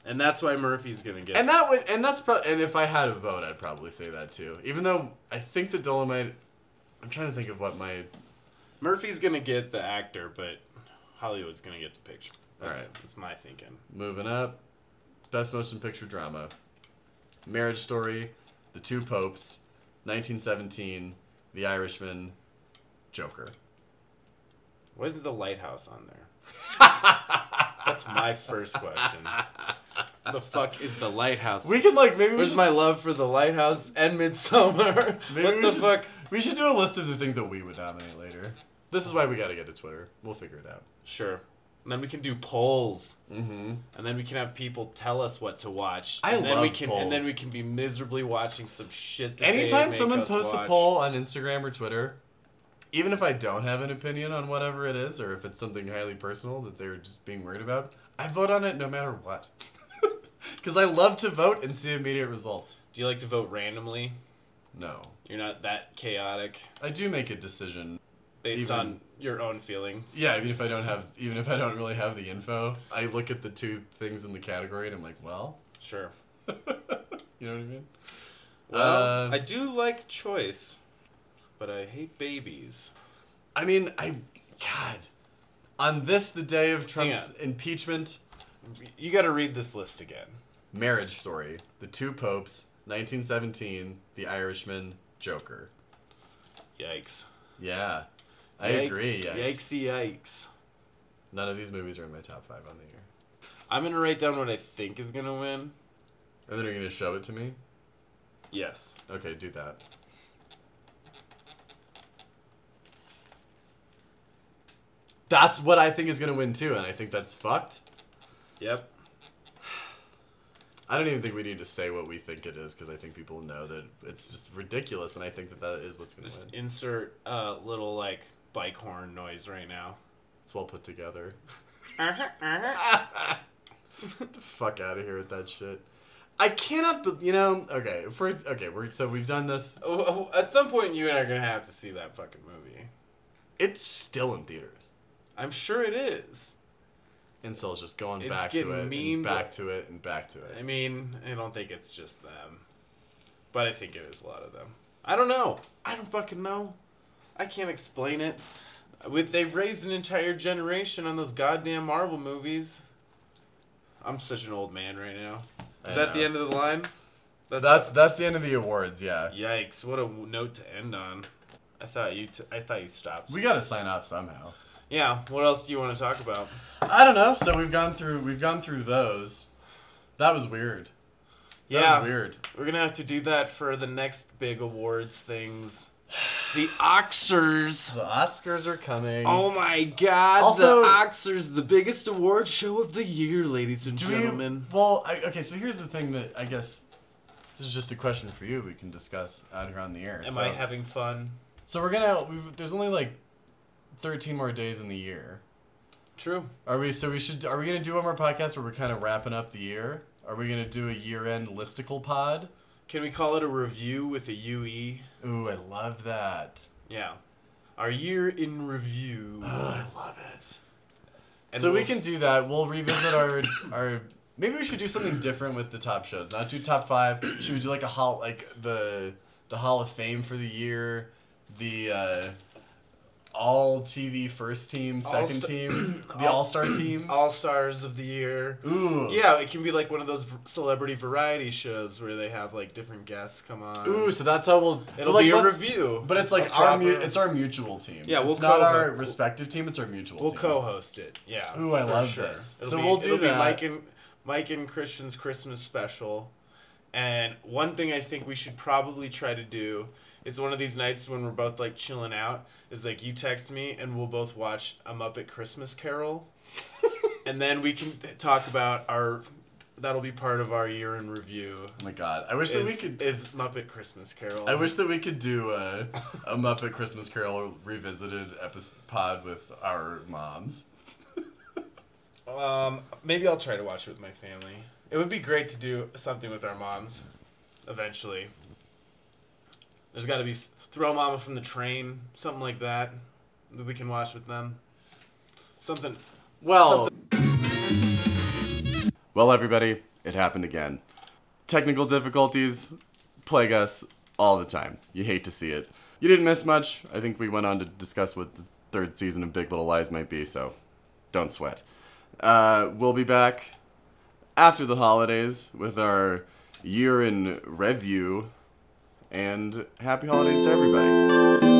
And that's why Murphy's gonna get. And that would and that's pro- and if I had a vote, I'd probably say that too. Even though I think that Dolomite. I'm trying to think of what my Murphy's gonna get the actor, but Hollywood's gonna get the picture. That's, All right. that's my thinking. Moving up, best motion picture drama: Marriage Story, The Two Popes, 1917, The Irishman, Joker. Why isn't the lighthouse on *laughs* there? That's my first question. The fuck is the lighthouse? We can like maybe we Where's should, my love for the lighthouse and midsummer? Maybe what we the should- fuck? we should do a list of the things that we would nominate later. This is why we gotta get to Twitter. We'll figure it out. Sure. And then we can do polls, Mm-hmm. and then we can have people tell us what to watch. I and then we love can, polls. And then we can be miserably watching some shit. That they Anytime make someone us posts watch. a poll on Instagram or Twitter, even if I don't have an opinion on whatever it is, or if it's something highly personal that they're just being worried about, I vote on it no matter what. *laughs* Because I love to vote and see immediate results. do you like to vote randomly? No. You're not that chaotic, I do make a decision. based Even- on your own feelings. Yeah, even if I don't have, even if I don't really have the info, I look at the two things in the category and I'm like, well, *laughs* Sure. you know what I mean? Well, Uh, I do like choice, but I hate babies. I mean, I, God, on this the day of Trump's on. impeachment, You got to read this list again. Marriage Story, The Two Popes, 1917, The Irishman, Joker. Yikes. Yeah, I Yikes, agree. Yikes. Yikesy yikes. None of these movies are in my top five on the year. I'm gonna write down what I think is gonna win. And then you're gonna show it to me. Yes. Okay, do that. That's what I think is gonna win too, and I think that's fucked. Yep. I don't even think we need to say what we think it is because I think people know that it's just ridiculous, and I think that that is what's gonna Just win. insert a little like bike horn noise right now. It's well put together. Uh-huh. I fuck out of here with that shit. I cannot, be- you know. Okay, if we're okay, we're so we've done this. Oh, oh, At some point, you and I are gonna have to see that fucking movie. It's still in theaters, I'm sure it is. and so it's just going It's back to getting it, and memed. back to it, and back to I it. mean, I don't think it's just them, but I think it is a lot of them. I don't know. I don't fucking know. I can't explain it. With they raised an entire generation on those goddamn Marvel movies. I'm such an old man right now. I Is that the know. end of the line? That's that's the end of the awards. Yeah, Yikes! What a w- note to end on. I thought you. T- I thought you stopped. we got to sign off somehow. yeah. What else do you want to talk about? I don't know. So we've gone through we've gone through those. That was weird. That yeah, was weird. we're gonna have to do that for the next big awards things. The Oxers. The Oscars are coming. Oh my God! Also- the Oxers, the biggest award show of the year, ladies and Do we- gentlemen. well, I, okay. So here's the thing that I guess this is just a question for you. We can discuss out here on the air. Am so. I having fun? So we're gonna. We've, there's only like thirteen more days in the year. True. Are we? So we should. Are we gonna do one more podcast where we're kind of wrapping up the year? Are we gonna do a year-end listicle pod? Can we call it a review with a UE? Ooh, I love that. Yeah. Our year in review. Ugh, I love it. And so we we'll can s- do that. We'll revisit our our. Maybe we should do something different with the top shows. Not do top five. Should we do like a hall like the the Hall of Fame for the year, the uh, all TV first team, second All-sta- *clears throat* team, the all- All Star team. All Stars of the Year. Ooh. Yeah, it can be like one of those v- celebrity variety shows where they have like different guests come on. Ooh, so that's how we'll. but, It'll like, be a let's- review. But it's like A our mu- proper- it's our mutual team. Yeah, we'll it's not our co-ho- respective team. It's our mutual. we'll team. co-host it. Yeah. Ooh, I for love this. It'll So be- we'll do it'll that. Be Mike and Mike and Christian's Christmas special. And one thing I think we should probably try to do is one of these nights when we're both like chilling out is like you text me and we'll both watch a Muppet *laughs* Christmas Carol, and then we can talk about our. That'll be part of our year in review. Oh my god, I wish is, that we could. is Muppet Christmas Carol. I wish that we could do a, a Muppet Christmas Carol revisited episode pod with our moms. Um, maybe I'll try to watch it with my family. It would be great to do something with our moms, eventually. There's got to be s- throw Mama from the train, something like that, that we can watch with them. Something. Well, well, everybody, it happened again. Technical difficulties plague us all the time. You hate to see it. You didn't miss much. I think we went on to discuss what the third season of Big Little Lies might be, so don't sweat. Uh, we'll be back after the holidays with our year in review, and happy holidays to everybody.